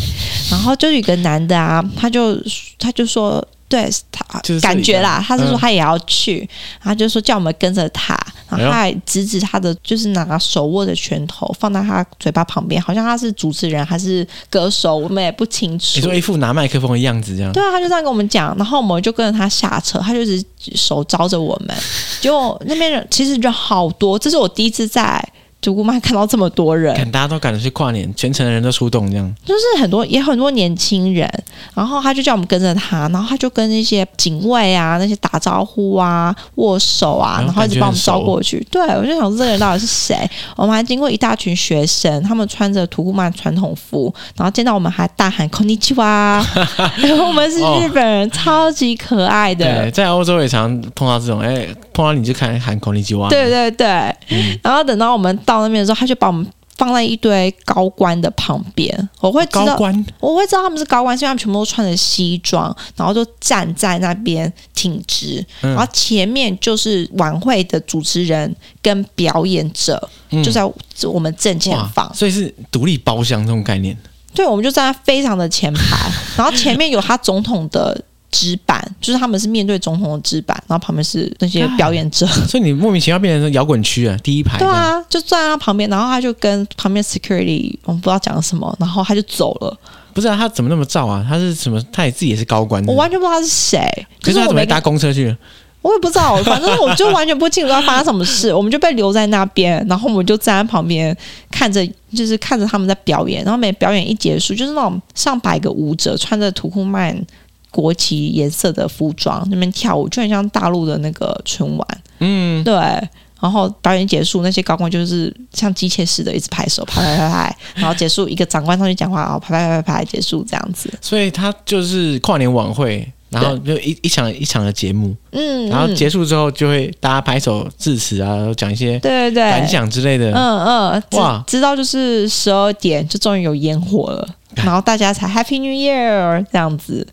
Speaker 1: 然后就有一个男的啊，他就他就说。对他
Speaker 2: 就是这里
Speaker 1: 感觉啦，他是说
Speaker 2: 嗯
Speaker 1: 他也要去，然后就说叫我们跟着他，然
Speaker 2: 哎
Speaker 1: 后
Speaker 2: 呦
Speaker 1: 他还指指他的，就是拿手握着拳头放在他嘴巴旁边，好像他是主持人还是歌手，我们也不清楚
Speaker 2: 你。说一副拿麦克风的样子这样，
Speaker 1: 对啊，他就这样跟我们讲，然后我们就跟着他下车，他就一直手招着我们。结果那边人其实人好多，这是我第一次在独孤曼看到这么多人，
Speaker 2: 看大家都赶着去跨年，全城的人都出动这样。
Speaker 1: 就是很多也很多年轻人。然后他就叫我们跟着他，然后他就跟那些警卫啊、那些打招呼啊、握手啊，
Speaker 2: 然后
Speaker 1: 然后一直
Speaker 2: 感觉
Speaker 1: 帮我
Speaker 2: 很
Speaker 1: 们
Speaker 2: 熟
Speaker 1: 招过去。对，我就想说这个人到底是谁？我们还经过一大群学生，他们穿着土库曼传统服，然后见到我们还大喊 k o n i *laughs*
Speaker 2: *laughs*
Speaker 1: c h i w a 然后我们是日本人，超级可爱的。
Speaker 2: 对，在欧洲也常碰到这种，哎、碰到你就看喊孔令基哇，
Speaker 1: 对对对，
Speaker 2: 嗯
Speaker 1: 然后等到我们到那边的时候，他就把我们放在一堆高官的旁边。我会知
Speaker 2: 高
Speaker 1: 道，
Speaker 2: 官
Speaker 1: 我会知道他们是高官，是因为他们全部都穿着西装，然后就站在那边挺直。
Speaker 2: 嗯
Speaker 1: 然后前面就是晚会的主持人跟表演者，就在我们正前方
Speaker 2: 嗯哇，。所以是独立包厢这种概
Speaker 1: *laughs*
Speaker 2: 念。
Speaker 1: 对，我们就站在非常的前
Speaker 2: *laughs*
Speaker 1: 排，然后前面有他总统的。纸板就是他们是面对总统的纸板，然后旁边是那些表演者，
Speaker 2: 所以你莫名其妙变成摇滚区啊，第一排这
Speaker 1: 对
Speaker 2: 样。
Speaker 1: 啊，就站在他旁边，然后他就跟旁边 security 我们不知道讲了什么，然后他就走了，
Speaker 2: 不是啊，他怎么那么燥啊？他是什么？他也自己也是高官，
Speaker 1: 我完全不知道他是谁，
Speaker 2: 嗯可
Speaker 1: 就是
Speaker 2: 他
Speaker 1: 我
Speaker 2: 怎么
Speaker 1: 没
Speaker 2: 搭
Speaker 1: 跟
Speaker 2: 公车去？
Speaker 1: 我也不知道，反正我就完全不清楚他发生什么事，我们就被留在那边，然后我们就站在旁边看着，就是看着他们在表演，然后每表演一结束，就是那种上百个舞者穿着土库曼国旗颜色的服装那边跳舞，就很像大陆的那个春晚，
Speaker 2: 嗯，
Speaker 1: 对，然后表演结束，那些高官就是像机械似的，一直拍手，拍拍拍拍，然后结束一个长官上去讲话，哦，拍拍拍拍拍，结束这样子。
Speaker 2: 所以他就是跨年晚会，然后就一一场一场的节目，
Speaker 1: 嗯，
Speaker 2: 然后
Speaker 1: 嗯
Speaker 2: 结束之后就会大家拍手致辞啊，讲一些
Speaker 1: 对对对，
Speaker 2: 感想之类的。
Speaker 1: 嗯嗯，哇
Speaker 2: 哇，
Speaker 1: 直到就是十二点，就终于有烟火了，然后大家才 Happy New Year 这样子，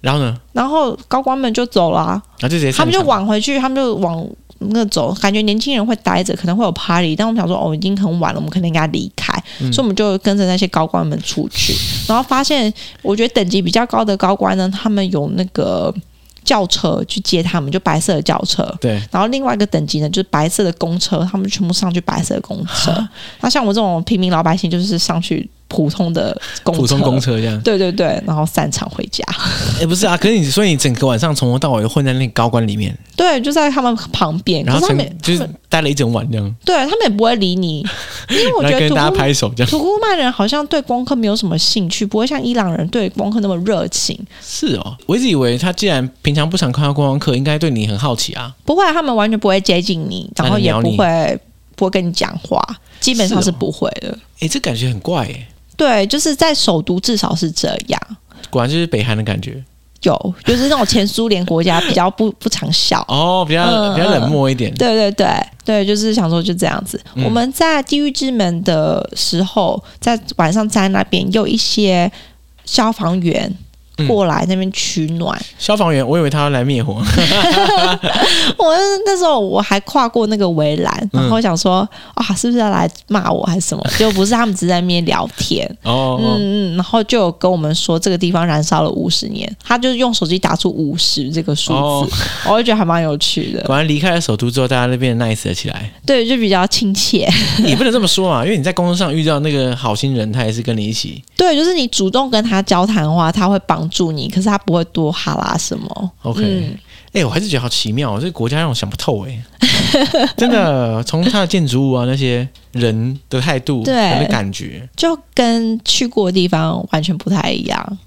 Speaker 2: 然后呢，
Speaker 1: 然后高官们就走了啊、
Speaker 2: 然后就直接
Speaker 1: 他们就
Speaker 2: 上场
Speaker 1: 往回去，他们就往那走，感觉年轻人会待着，可能会有 party，但我们想说哦，已经很晚了，我们可能应该离开，所以我们就跟着那些高官们出去，然后发现，我觉得等级比较高的高官呢，他们有那个轿车去接他们，就白色的轿车，
Speaker 2: 对，
Speaker 1: 然后另外一个等级呢，就是白色的公车，他们全部上去白色的公车。
Speaker 2: 啊
Speaker 1: 那像我这种平民老百姓，就是上去普通的公车。
Speaker 2: 普通公。车这样。
Speaker 1: 对对对，然后散场回家。
Speaker 2: 哎、不是啊，可是你所以你整个晚上从头到尾混在那个高官里面，
Speaker 1: 对，就在他们旁边，
Speaker 2: 然
Speaker 1: 哎可
Speaker 2: 后
Speaker 1: 是他
Speaker 2: 成
Speaker 1: 们也
Speaker 2: 就是待了一整晚这样，
Speaker 1: 对他们也不会理你，因为我
Speaker 2: 然
Speaker 1: 觉得
Speaker 2: 后跟
Speaker 1: 土
Speaker 2: 大家
Speaker 1: 库曼
Speaker 2: 拍手这样。
Speaker 1: 土库曼人好像对光科没有什么兴趣，不会像伊朗人对光科那么热情。
Speaker 2: *laughs* 是哦，我一直以为他既然平常不常看到观光客，应该对你很好奇啊。
Speaker 1: 不会，他们完全不会接近你，然后也
Speaker 2: 懒得
Speaker 1: 不
Speaker 2: 鸟你
Speaker 1: 会不会跟你讲话，基本上
Speaker 2: 是
Speaker 1: 是
Speaker 2: 哦
Speaker 1: 不会的。
Speaker 2: 哎，这感觉很怪哎，
Speaker 1: 对，就是在首都至少是这样。
Speaker 2: 果然就是北韩的感觉
Speaker 1: 有，就是那种前苏联国家比较不不常笑。
Speaker 2: 哦，比较、
Speaker 1: 嗯
Speaker 2: 比较冷漠一点。
Speaker 1: 对对对对，就是想说就这样子。
Speaker 2: 嗯
Speaker 1: 我们在地狱之门的时候，在晚上在那边有一些消防员
Speaker 2: 嗯
Speaker 1: 过来那边取暖。
Speaker 2: 消防员，我以为他要来灭火，
Speaker 1: 我那时候我还跨过那个围栏，然
Speaker 2: 嗯
Speaker 1: 后想说、啊，是不是要来骂我还是什么？就不是，他们只是在那边聊天。
Speaker 2: 哦，哦
Speaker 1: 嗯嗯，然后就有跟我们说这个地方燃烧了五十年，他就用手机打出五十这个数
Speaker 2: 哦
Speaker 1: 字，我就觉得还蛮有趣的。
Speaker 2: 果然离开了首都之后，大家都变得 nice 了起 *laughs* 来。
Speaker 1: 对，就比较亲切。 *laughs*
Speaker 2: 也不能这么说嘛，因为你在工作上遇到那个好心人，他也是跟你一起。
Speaker 1: 对，就是你主动跟他交谈的话，他会帮助你，可是他不会多哈拉什么。嗯 *laughs*
Speaker 2: OK，哎、我还是觉得好奇妙、哦，这个国家让我想不透哎、真的，从它的建筑物啊，那些人的态度，
Speaker 1: 对
Speaker 2: 人的感觉。
Speaker 1: 就跟去过的地方完全不太一样。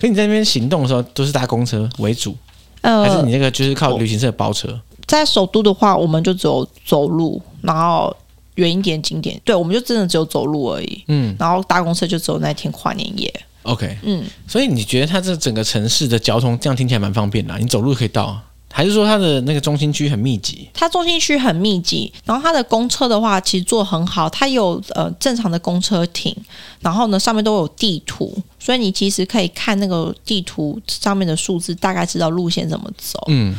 Speaker 2: 可你在那边行动的时候，都是搭公车为主，还是
Speaker 1: 呃
Speaker 2: 你，那个就是靠旅行社包车？
Speaker 1: 在首都的话，我们就只有走路，然后远一点景点，对，我们就真的只有走路而已。
Speaker 2: 嗯
Speaker 1: 然后搭公车就只有那天跨年夜，
Speaker 2: ，OK。
Speaker 1: 嗯，
Speaker 2: 所以你觉得它这整个城市的交通这样听起来蛮方便的啊、你走路可以到啊，还是说它的那个中心区很密集？
Speaker 1: 它中心区很密集，然后它的公车的话，其实做得很好，它有呃正常的公车亭，然后呢上面都有地图，所以你其实可以看那个地图上面的数字，大概知道路线怎么走。
Speaker 2: 嗯，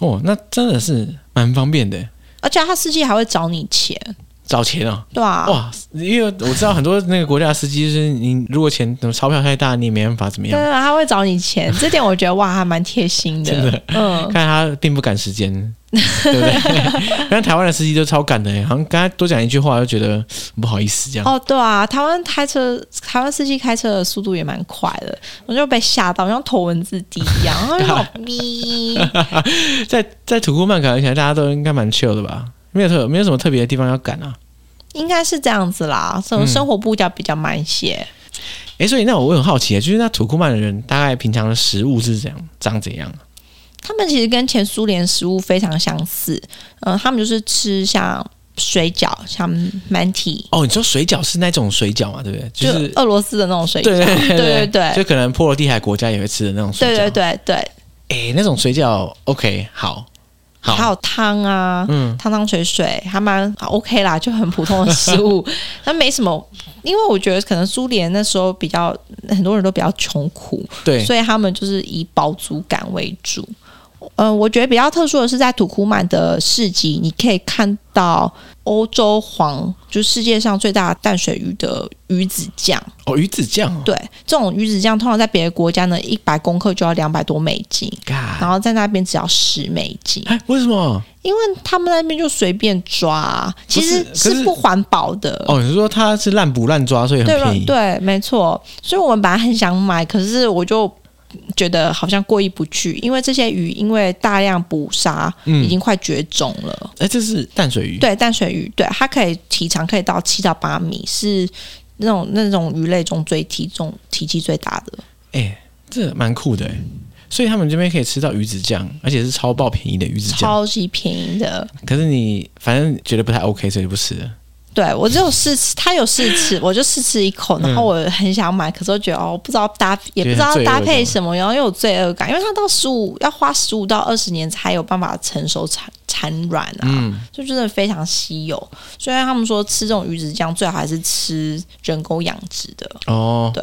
Speaker 2: 哦，那真的是蛮方便的，
Speaker 1: 而且它司机还会找你钱，
Speaker 2: 找钱啊。
Speaker 1: 对吧、哦
Speaker 2: 哇，因为我知道很多那个国家的司机，就是你如果钱钞票太大，你也没办法怎么
Speaker 1: 对
Speaker 2: 样。
Speaker 1: 对，他会找你钱，这点我觉得哇，还蛮贴心的。
Speaker 2: 真的
Speaker 1: 嗯，
Speaker 2: 看他并不赶时间，对不对？ *laughs* 但台湾的司机都超赶的，好像刚才多讲一句话就觉得不好意思这样。
Speaker 1: 哦，对啊，台湾开车，台湾司机开车的速度也蛮快的，我就被吓到，像头文字 D
Speaker 2: *laughs*
Speaker 1: 一样，哎然后就那种咪，
Speaker 2: 在在土库曼赶起来，大家都应该蛮 chill 的吧？没有特没有什么特别的地方要赶啊。
Speaker 1: 应该是这样子啦，这种
Speaker 2: 嗯
Speaker 1: 生活步调比较慢一些。
Speaker 2: 诶，所以那我很好奇，就是那土库曼的人大概平常的食物是怎样长怎样？啊
Speaker 1: 他们其实跟前苏联食物非常相似，嗯、他们就是吃像水饺，像 manti，
Speaker 2: 哦，你说水饺是那种水饺嘛，对不对？
Speaker 1: 就是俄罗斯的那种水饺，
Speaker 2: 对对对
Speaker 1: 对对对
Speaker 2: 就可能波罗的海国家也会吃的那种水
Speaker 1: 对对
Speaker 2: 饺。
Speaker 1: 对对，
Speaker 2: 诶，那种水饺 OK 好好，
Speaker 1: 还有汤啊，
Speaker 2: 嗯
Speaker 1: 汤汤水水，还蛮啊 OK 啦，就很普通的食物， *laughs* 那没什么。因为我觉得可能苏联那时候比较很多人都比较穷苦，
Speaker 2: 对，
Speaker 1: 所以他们就是以饱足感为主。嗯，我觉得比较特殊的是，在土库曼的市集，你可以看到欧洲黄，就是世界上最大的淡水鱼的鱼子酱。
Speaker 2: 哦，鱼子酱哦，
Speaker 1: 对，这种鱼子酱通常在别的国家呢，一百公克就要两百多美金，
Speaker 2: God，
Speaker 1: 然后在那边只要十美金。
Speaker 2: 哎，为什么？
Speaker 1: 因为他们那边就随便抓啊、其实
Speaker 2: 可是
Speaker 1: 是不环保的。
Speaker 2: 哦，你是说它是滥捕滥抓，所以很
Speaker 1: 对
Speaker 2: 便宜？
Speaker 1: 对，没错。所以我们本来很想买，可是我就觉得好像过意不去，因为这些鱼因为大量捕杀，
Speaker 2: 嗯
Speaker 1: 已经快绝种了。
Speaker 2: 哎，这是淡水鱼，
Speaker 1: 对，淡水鱼，对它可以体长可以到七到八米，是那种那种鱼类中最体重体积最大的。
Speaker 2: 哎，这蛮酷的哎。所以他们这边可以吃到鱼子酱，而且是超爆便宜的鱼子酱。
Speaker 1: 超级便宜的，
Speaker 2: 可是你反正觉得不太 OK，所以就不吃了。
Speaker 1: 对我只有试吃，它有试
Speaker 2: *laughs*
Speaker 1: 吃，我就试吃一口，然
Speaker 2: 嗯
Speaker 1: 后我很想买，可是我觉得哦，不知道搭，也不知道搭配什么，然后又有罪恶感，因为它到十五要花十五到二十年才有办法成熟产产卵啊，
Speaker 2: 嗯，
Speaker 1: 就真的非常稀有。虽然他们说吃这种鱼子酱最好还是吃人工养殖
Speaker 2: *laughs*
Speaker 1: 的，
Speaker 2: 哦，
Speaker 1: 对，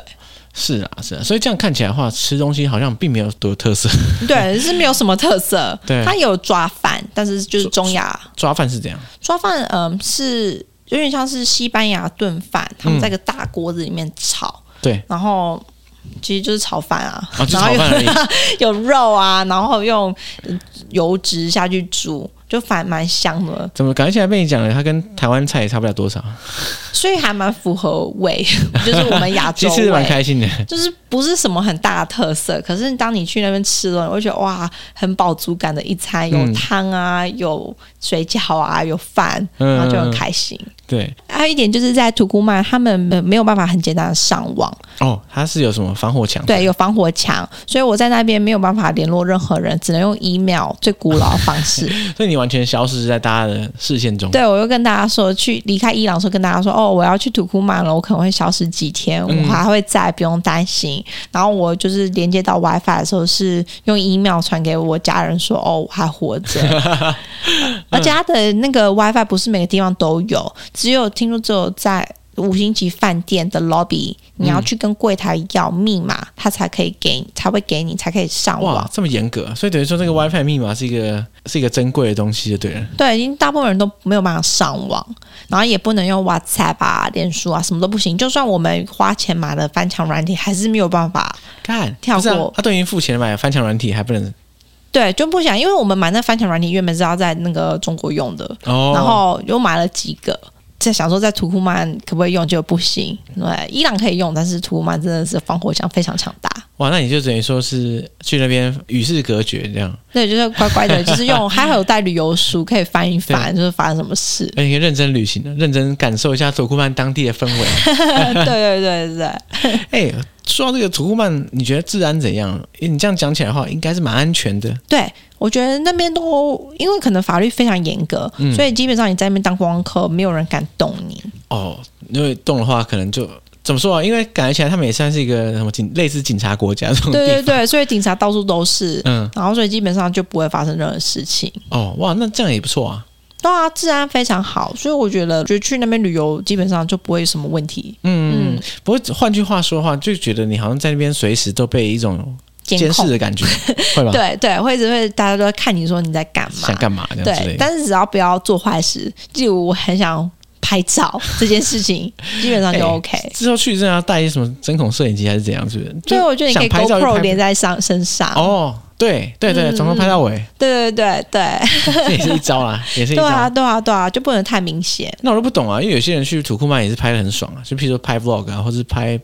Speaker 2: 是啊，是啊。所以这样看起来的话，吃东西好像并没有多有特色。 *laughs*
Speaker 1: 对，是没有什么特色。
Speaker 2: 对
Speaker 1: 它有抓饭，但是就是中亚
Speaker 2: 抓饭是怎样？
Speaker 1: 抓饭，嗯，是有点像是西班牙炖饭，他们
Speaker 2: 嗯
Speaker 1: 在一个大锅子里面炒。 *laughs*
Speaker 2: 对，
Speaker 1: 然后其实就是炒饭啊，
Speaker 2: 啊，就
Speaker 1: 然
Speaker 2: 炒
Speaker 1: 后
Speaker 2: 饭
Speaker 1: *laughs*
Speaker 2: 而已。
Speaker 1: 有有肉啊，然后用呃油脂下去煮，就反蛮香的，
Speaker 2: 怎么感觉现在被你讲了？它跟台湾菜也差不了
Speaker 1: *laughs*
Speaker 2: 多少，
Speaker 1: 所以还蛮符合胃， *laughs* 就是我们亚
Speaker 2: 其
Speaker 1: 洲
Speaker 2: 实吃得蛮
Speaker 1: 胃。
Speaker 2: 开心的。
Speaker 1: 就是不是什么很大的特色，可是当你去那边吃了，你会觉得哇，很饱足感的一餐，有
Speaker 2: 嗯
Speaker 1: 汤啊，有水饺啊，有饭，
Speaker 2: 嗯
Speaker 1: 然后就很开心。
Speaker 2: 对，
Speaker 1: 还有一点就是在土库曼，他们呃没有办法很简单的上网，
Speaker 2: 哦，它是有什么防火墙？
Speaker 1: 对，有防火墙，所以我在那边没有办法联络任何人，只能用 email 最古老的方式。
Speaker 2: 所以你完全消失在大家的视线中。
Speaker 1: 对，我又跟大家说，去离开伊朗的时候跟大家说，哦，我要去土库曼了，我可能会消失几天，
Speaker 2: 嗯
Speaker 1: 我还会在，不用担心。然后我就是连接到 WiFi 的时候，是用 email 传给我家人说，哦，我还活着。而且它的那个 WiFi 不是每个地方都有，只有听说只有在。五星级饭店的 lobby，你要去跟柜台要密码，他才可以给你，才会给你，才可以上网
Speaker 2: 哇。，这么严格，所以等于说这个 WiFi 密码是一个是一个珍贵的东西，就对了。
Speaker 1: 对，已经大部分人都没有办法上网，然后也不能用 WhatsApp 啊、脸书啊，什么都不行。就算我们花钱买了翻墙软体，还是没有办法。
Speaker 2: 看，
Speaker 1: 跳
Speaker 2: 不是啊
Speaker 1: 过
Speaker 2: 他都已经付钱买翻墙软体，还不能
Speaker 1: 对，就不想，因为我们买那翻墙软体原本是要在那个中国用的，
Speaker 2: 哦。
Speaker 1: 然后又买了几个，在想说在土库曼可不可以用，就不行。对，伊朗可以用，但是土库曼真的是防火墙非常强大。
Speaker 2: 哇，那你就等于说是去那边与世隔绝这样，
Speaker 1: 对，就是乖乖的，就是用还好有带旅游书可以翻一翻，就是发生什么事。
Speaker 2: 而且可以哎认真旅行，认真感受一下土库曼当地的氛 *laughs* 围。
Speaker 1: 对对对对对，
Speaker 2: 哎、说到这个土库曼，你觉得治安怎样？诶你这样讲起来的话，应该是蛮安全的。
Speaker 1: 对我觉得那边都因为可能法律非常严格，
Speaker 2: 嗯
Speaker 1: 所以基本上你在那边当观光客，没有人敢动
Speaker 2: *laughs*
Speaker 1: 你。
Speaker 2: 哦，因为动的话，可能就怎么说啊？因为感觉起来他们也算是一个什么警，类似警察国家这种地
Speaker 1: 对对
Speaker 2: 方。
Speaker 1: 对，所以警察到处都是，
Speaker 2: 嗯，
Speaker 1: 然后所以基本上就不会发生任何事情。
Speaker 2: 哦，哇，那这样也不错啊。
Speaker 1: 对啊，治安非常好，所以我觉得，就去那边旅游基本上就不会有什么问题。
Speaker 2: 嗯，不过换句话说的话，就觉得你好像在那边随时都被一种监视
Speaker 1: 控
Speaker 2: 的感觉，会吧？
Speaker 1: 对对，会只会大家都在看你说你在干嘛
Speaker 2: 想，干嘛这样之
Speaker 1: 对
Speaker 2: 类，的。
Speaker 1: 但是只要不要做坏事，例如我很想拍照这件事
Speaker 2: *laughs*
Speaker 1: 情，基本上就
Speaker 2: 哎
Speaker 1: OK。
Speaker 2: 之后去真的要带一些什么针孔摄影机还是怎样？是不是？
Speaker 1: 所以我觉得你可以
Speaker 2: 想拍照就
Speaker 1: GoPro
Speaker 2: 拍
Speaker 1: 连在上身上，
Speaker 2: 哦，对对对，
Speaker 1: 嗯
Speaker 2: 从头拍到尾，
Speaker 1: 对对对对，
Speaker 2: 这也是一招啦，也是
Speaker 1: *laughs*
Speaker 2: 一
Speaker 1: 对啊
Speaker 2: 招。
Speaker 1: 对啊对啊，就不能太明显。
Speaker 2: 那我都不懂啊，因为有些人去土库曼也是拍的很爽啊，就譬如说拍 vlog 啊，或是拍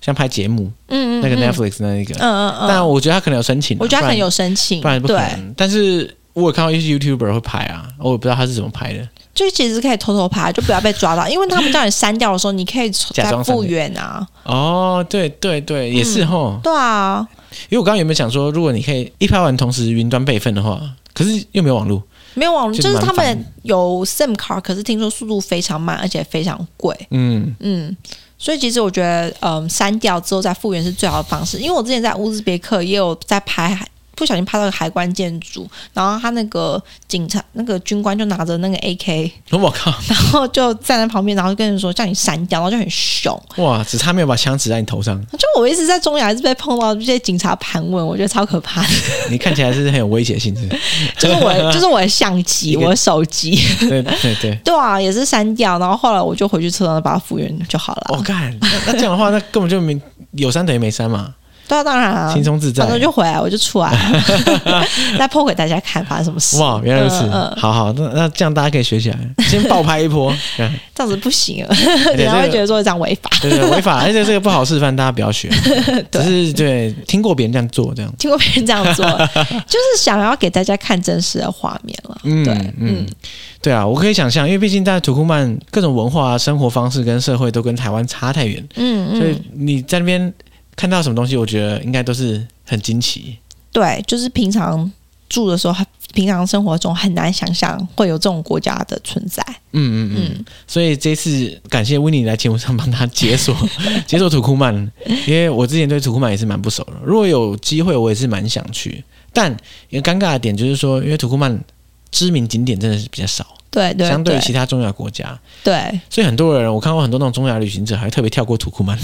Speaker 2: 像拍节目，
Speaker 1: 嗯嗯，
Speaker 2: 那个
Speaker 1: 嗯
Speaker 2: Netflix 那一个。
Speaker 1: 嗯嗯
Speaker 2: 但
Speaker 1: 嗯，
Speaker 2: 我觉得他可能有申请啊，
Speaker 1: 我觉得他
Speaker 2: 不然
Speaker 1: 可能有申请，
Speaker 2: 不然不可
Speaker 1: 对，
Speaker 2: 能。但是我有看到一些 YouTuber 会拍啊，我也不知道他是怎么拍的。
Speaker 1: 就其实可以偷偷拍，就不要被抓到，因为他们叫你删掉的时候，你可以
Speaker 2: 假
Speaker 1: 再
Speaker 2: 装删
Speaker 1: 复
Speaker 2: 掉
Speaker 1: 原啊。
Speaker 2: 哦，对对对，也是吼。
Speaker 1: 对啊，
Speaker 2: 因为我刚刚有没有想说，如果你可以一拍完同时云端备份的话，可是又没有网络，
Speaker 1: 没有网络，
Speaker 2: 就
Speaker 1: 就是
Speaker 2: 蛮
Speaker 1: 他
Speaker 2: 烦
Speaker 1: 们有 SIM 卡，可是听说速度非常慢，而且非常贵。
Speaker 2: 嗯，
Speaker 1: 嗯，所以其实我觉得，嗯，删掉之后再复原是最好的方式。因为我之前在乌兹别克也有在拍，不小心拍到个海关建筑，然后他那个警察、那个军官就拿着那个 AK，
Speaker 2: 我靠，
Speaker 1: 然后就站在旁边，然后跟人说叫你删掉，然后就很凶。
Speaker 2: 哇，只差没有把枪指在你头上，
Speaker 1: 就我一直在中亚，还是被碰到这些警察盘问，我觉得超可怕的。
Speaker 2: 你看起来是很有威胁性质。
Speaker 1: 就是我的，就是我的相机，
Speaker 2: 一个
Speaker 1: 我的手机，
Speaker 2: *laughs* 对对对，
Speaker 1: 对啊，也是删掉。然后后来我就回去车上把它复原就好
Speaker 2: *laughs*
Speaker 1: 了。
Speaker 2: 我、哦干，那那这样的话，那根本就没有删等于没删嘛，
Speaker 1: 对啊，当然啊
Speaker 2: 轻，松自在
Speaker 1: 反。正就回来，我就出来了，
Speaker 2: *laughs*
Speaker 1: 再 po 给大家看发生什么事。
Speaker 2: 哇，原来如此，
Speaker 1: 嗯嗯
Speaker 2: 好好，那那这样大家可以学起来，先 *laughs* 爆拍一波，
Speaker 1: *laughs*
Speaker 2: 对
Speaker 1: 这样子不行啊，
Speaker 2: 而且
Speaker 1: 人家会
Speaker 2: 哎
Speaker 1: 觉
Speaker 2: 这个
Speaker 1: 得说这样违法。 *laughs*
Speaker 2: *laughs* 对对违法，而且这个不好示范，大家不要学，只是对听过别人这样做这样，
Speaker 1: 听过别人这样做，
Speaker 2: *laughs*
Speaker 1: 就是想要给大家看真实的画面了。
Speaker 2: 嗯
Speaker 1: 对，
Speaker 2: 嗯，对啊，我可以想象，因为毕竟在土库曼各种文化、啊、生活方式跟社会都跟台湾差太远，
Speaker 1: 嗯
Speaker 2: 所
Speaker 1: 嗯
Speaker 2: 以，你在那边看到什么东西，我觉得应该都是很惊奇。
Speaker 1: 对，就是平常住的时候，平常生活中很难想象会有这种国家的存在。
Speaker 2: 嗯嗯嗯
Speaker 1: 嗯，
Speaker 2: 所以这次感谢 w i n n 来节目上帮他解
Speaker 1: *laughs*
Speaker 2: 锁解锁土库曼，因为我之前对土库曼也是蛮不熟的。如果有机会，我也是蛮想去，但一个尴尬的点就是说，因为土库曼知名景点真的是比较少，
Speaker 1: 对对
Speaker 2: 相对于
Speaker 1: 对
Speaker 2: 其他中亚国家，
Speaker 1: 对，
Speaker 2: 所以很多人我看过很多那种中亚旅行者还会特别跳过土库
Speaker 1: *laughs*
Speaker 2: 曼。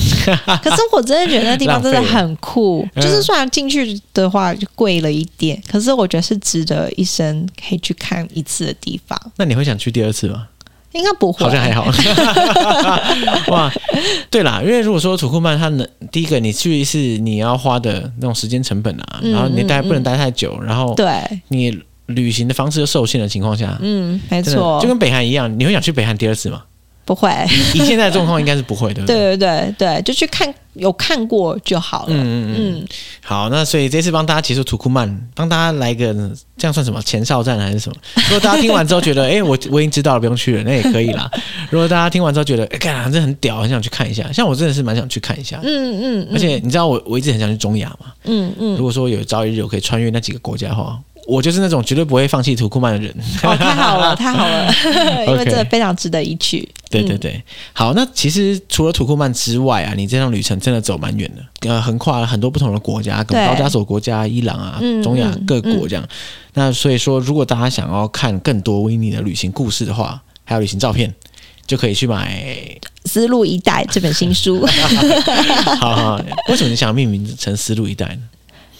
Speaker 2: 啊
Speaker 1: 可是我真的觉得那地
Speaker 2: *laughs*，
Speaker 1: 方真的很酷
Speaker 2: 浪费了
Speaker 1: 就是虽然进去的话就贵了一点，可是我觉得是值得一生可以去看一次的地方。
Speaker 2: 那你会想去第二次吗？
Speaker 1: 应该不会，
Speaker 2: 好像还好。
Speaker 1: *laughs*
Speaker 2: 哇，对啦，因为如果说土库曼，它能第一个你去一次，你要花的那种时间成本啊，
Speaker 1: 嗯
Speaker 2: 然后你待
Speaker 1: 嗯
Speaker 2: 不能待太久，然后
Speaker 1: 对，
Speaker 2: 你旅行的方式又受限的情况下，
Speaker 1: 嗯，没
Speaker 2: 没
Speaker 1: 错，
Speaker 2: 就跟嗯北韩一样，你会想去北韩第二次
Speaker 1: *laughs*
Speaker 2: 吗？
Speaker 1: 不会，
Speaker 2: 以现在的状况，应该是不会，对不对？
Speaker 1: 对对对对，就去看有看过就好了。
Speaker 2: 嗯嗯嗯，
Speaker 1: 嗯，
Speaker 2: 好，那所以这次帮大家结束土库曼，帮大家来个这样算什么前哨战还是
Speaker 1: *laughs*
Speaker 2: 什么？如果大家听完之后觉得，哎、我我已经知道了，不用去了，那也可以啦。
Speaker 1: 嗯
Speaker 2: 如果大家听完之后觉得，哎、干，这很屌，很想去看一下，像我真的是蛮想去看一下，
Speaker 1: 嗯嗯
Speaker 2: 而且你知道我我一直很想去中亚嘛。
Speaker 1: 嗯嗯，
Speaker 2: *laughs* 如果说有朝一日我可以穿越那几个国家的话，我就是那种绝对不会放弃土库曼的人。
Speaker 1: 哦，太好了，太好
Speaker 2: *laughs*
Speaker 1: 了，因为
Speaker 2: OK
Speaker 1: 真的非常值得一去。
Speaker 2: 对对对，好，那其实除了土库曼之外啊，你这趟旅程真的走蛮远的，呃，横跨了很多不同的国家，跟
Speaker 1: 对
Speaker 2: 高加索国家、伊朗啊、
Speaker 1: 嗯
Speaker 2: 中亚
Speaker 1: 嗯
Speaker 2: 各国这样。那所以说，如果大家想要看更多维尼的旅行故事的话，还有旅行照片，就可以
Speaker 1: *laughs*
Speaker 2: 去买。
Speaker 1: 思路一带这本新
Speaker 2: *laughs*
Speaker 1: 书，
Speaker 2: 好好，为什么你想命名成“丝路一带”呢？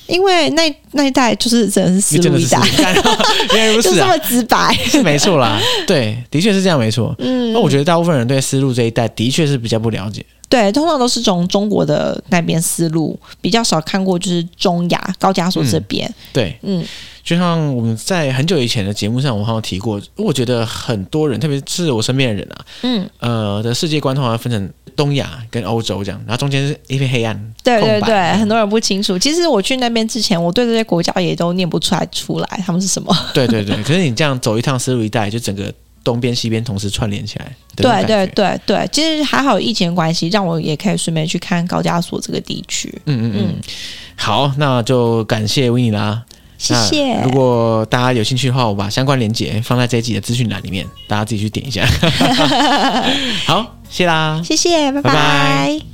Speaker 1: 因为那那一带就是真的是思
Speaker 2: 因为真
Speaker 1: 路一
Speaker 2: 的是丝
Speaker 1: 带
Speaker 2: 路，一
Speaker 1: *laughs*
Speaker 2: 带，原来如
Speaker 1: 就
Speaker 2: 此
Speaker 1: 这
Speaker 2: 啊
Speaker 1: 么，直白。
Speaker 2: 是没错啦，对，的确是这样，没错。
Speaker 1: 嗯
Speaker 2: 那我觉得大部分人对丝路这一带的确是比较不了解，
Speaker 1: 对，通常都是从中国的那边思路，比较少看过就是中亚高加索这边。
Speaker 2: 对，
Speaker 1: 嗯
Speaker 2: 就像我们在很久以前的节目上，我好像提过，我觉得很多人，特别是我身边的人啊，
Speaker 1: 嗯，
Speaker 2: 呃的世界观通常分成东亚跟欧洲这样，然后中间是一片黑暗，
Speaker 1: 对对
Speaker 2: 空
Speaker 1: 对
Speaker 2: 白，
Speaker 1: 很多人不清楚。其实我去那边之前，我对这些国家也都念不出来出来他们是什么。
Speaker 2: 对对对。可是你这样走一趟丝路一带，就整个东边西边同时串联起来
Speaker 1: 对
Speaker 2: 的那种感
Speaker 1: 对
Speaker 2: 觉，
Speaker 1: 对对，其实还好有疫情的关系，让我也可以顺便去看高加索这个地区。
Speaker 2: 嗯嗯嗯
Speaker 1: 嗯。
Speaker 2: 好，那就感谢维尼啦。
Speaker 1: 谢谢
Speaker 2: 那。如果大家有兴趣的话，我把相关链接放在这一集的资讯栏
Speaker 1: *laughs*
Speaker 2: 里面，大家自己去点一下。好，谢啦。
Speaker 1: 谢谢，拜
Speaker 2: 拜拜
Speaker 1: 拜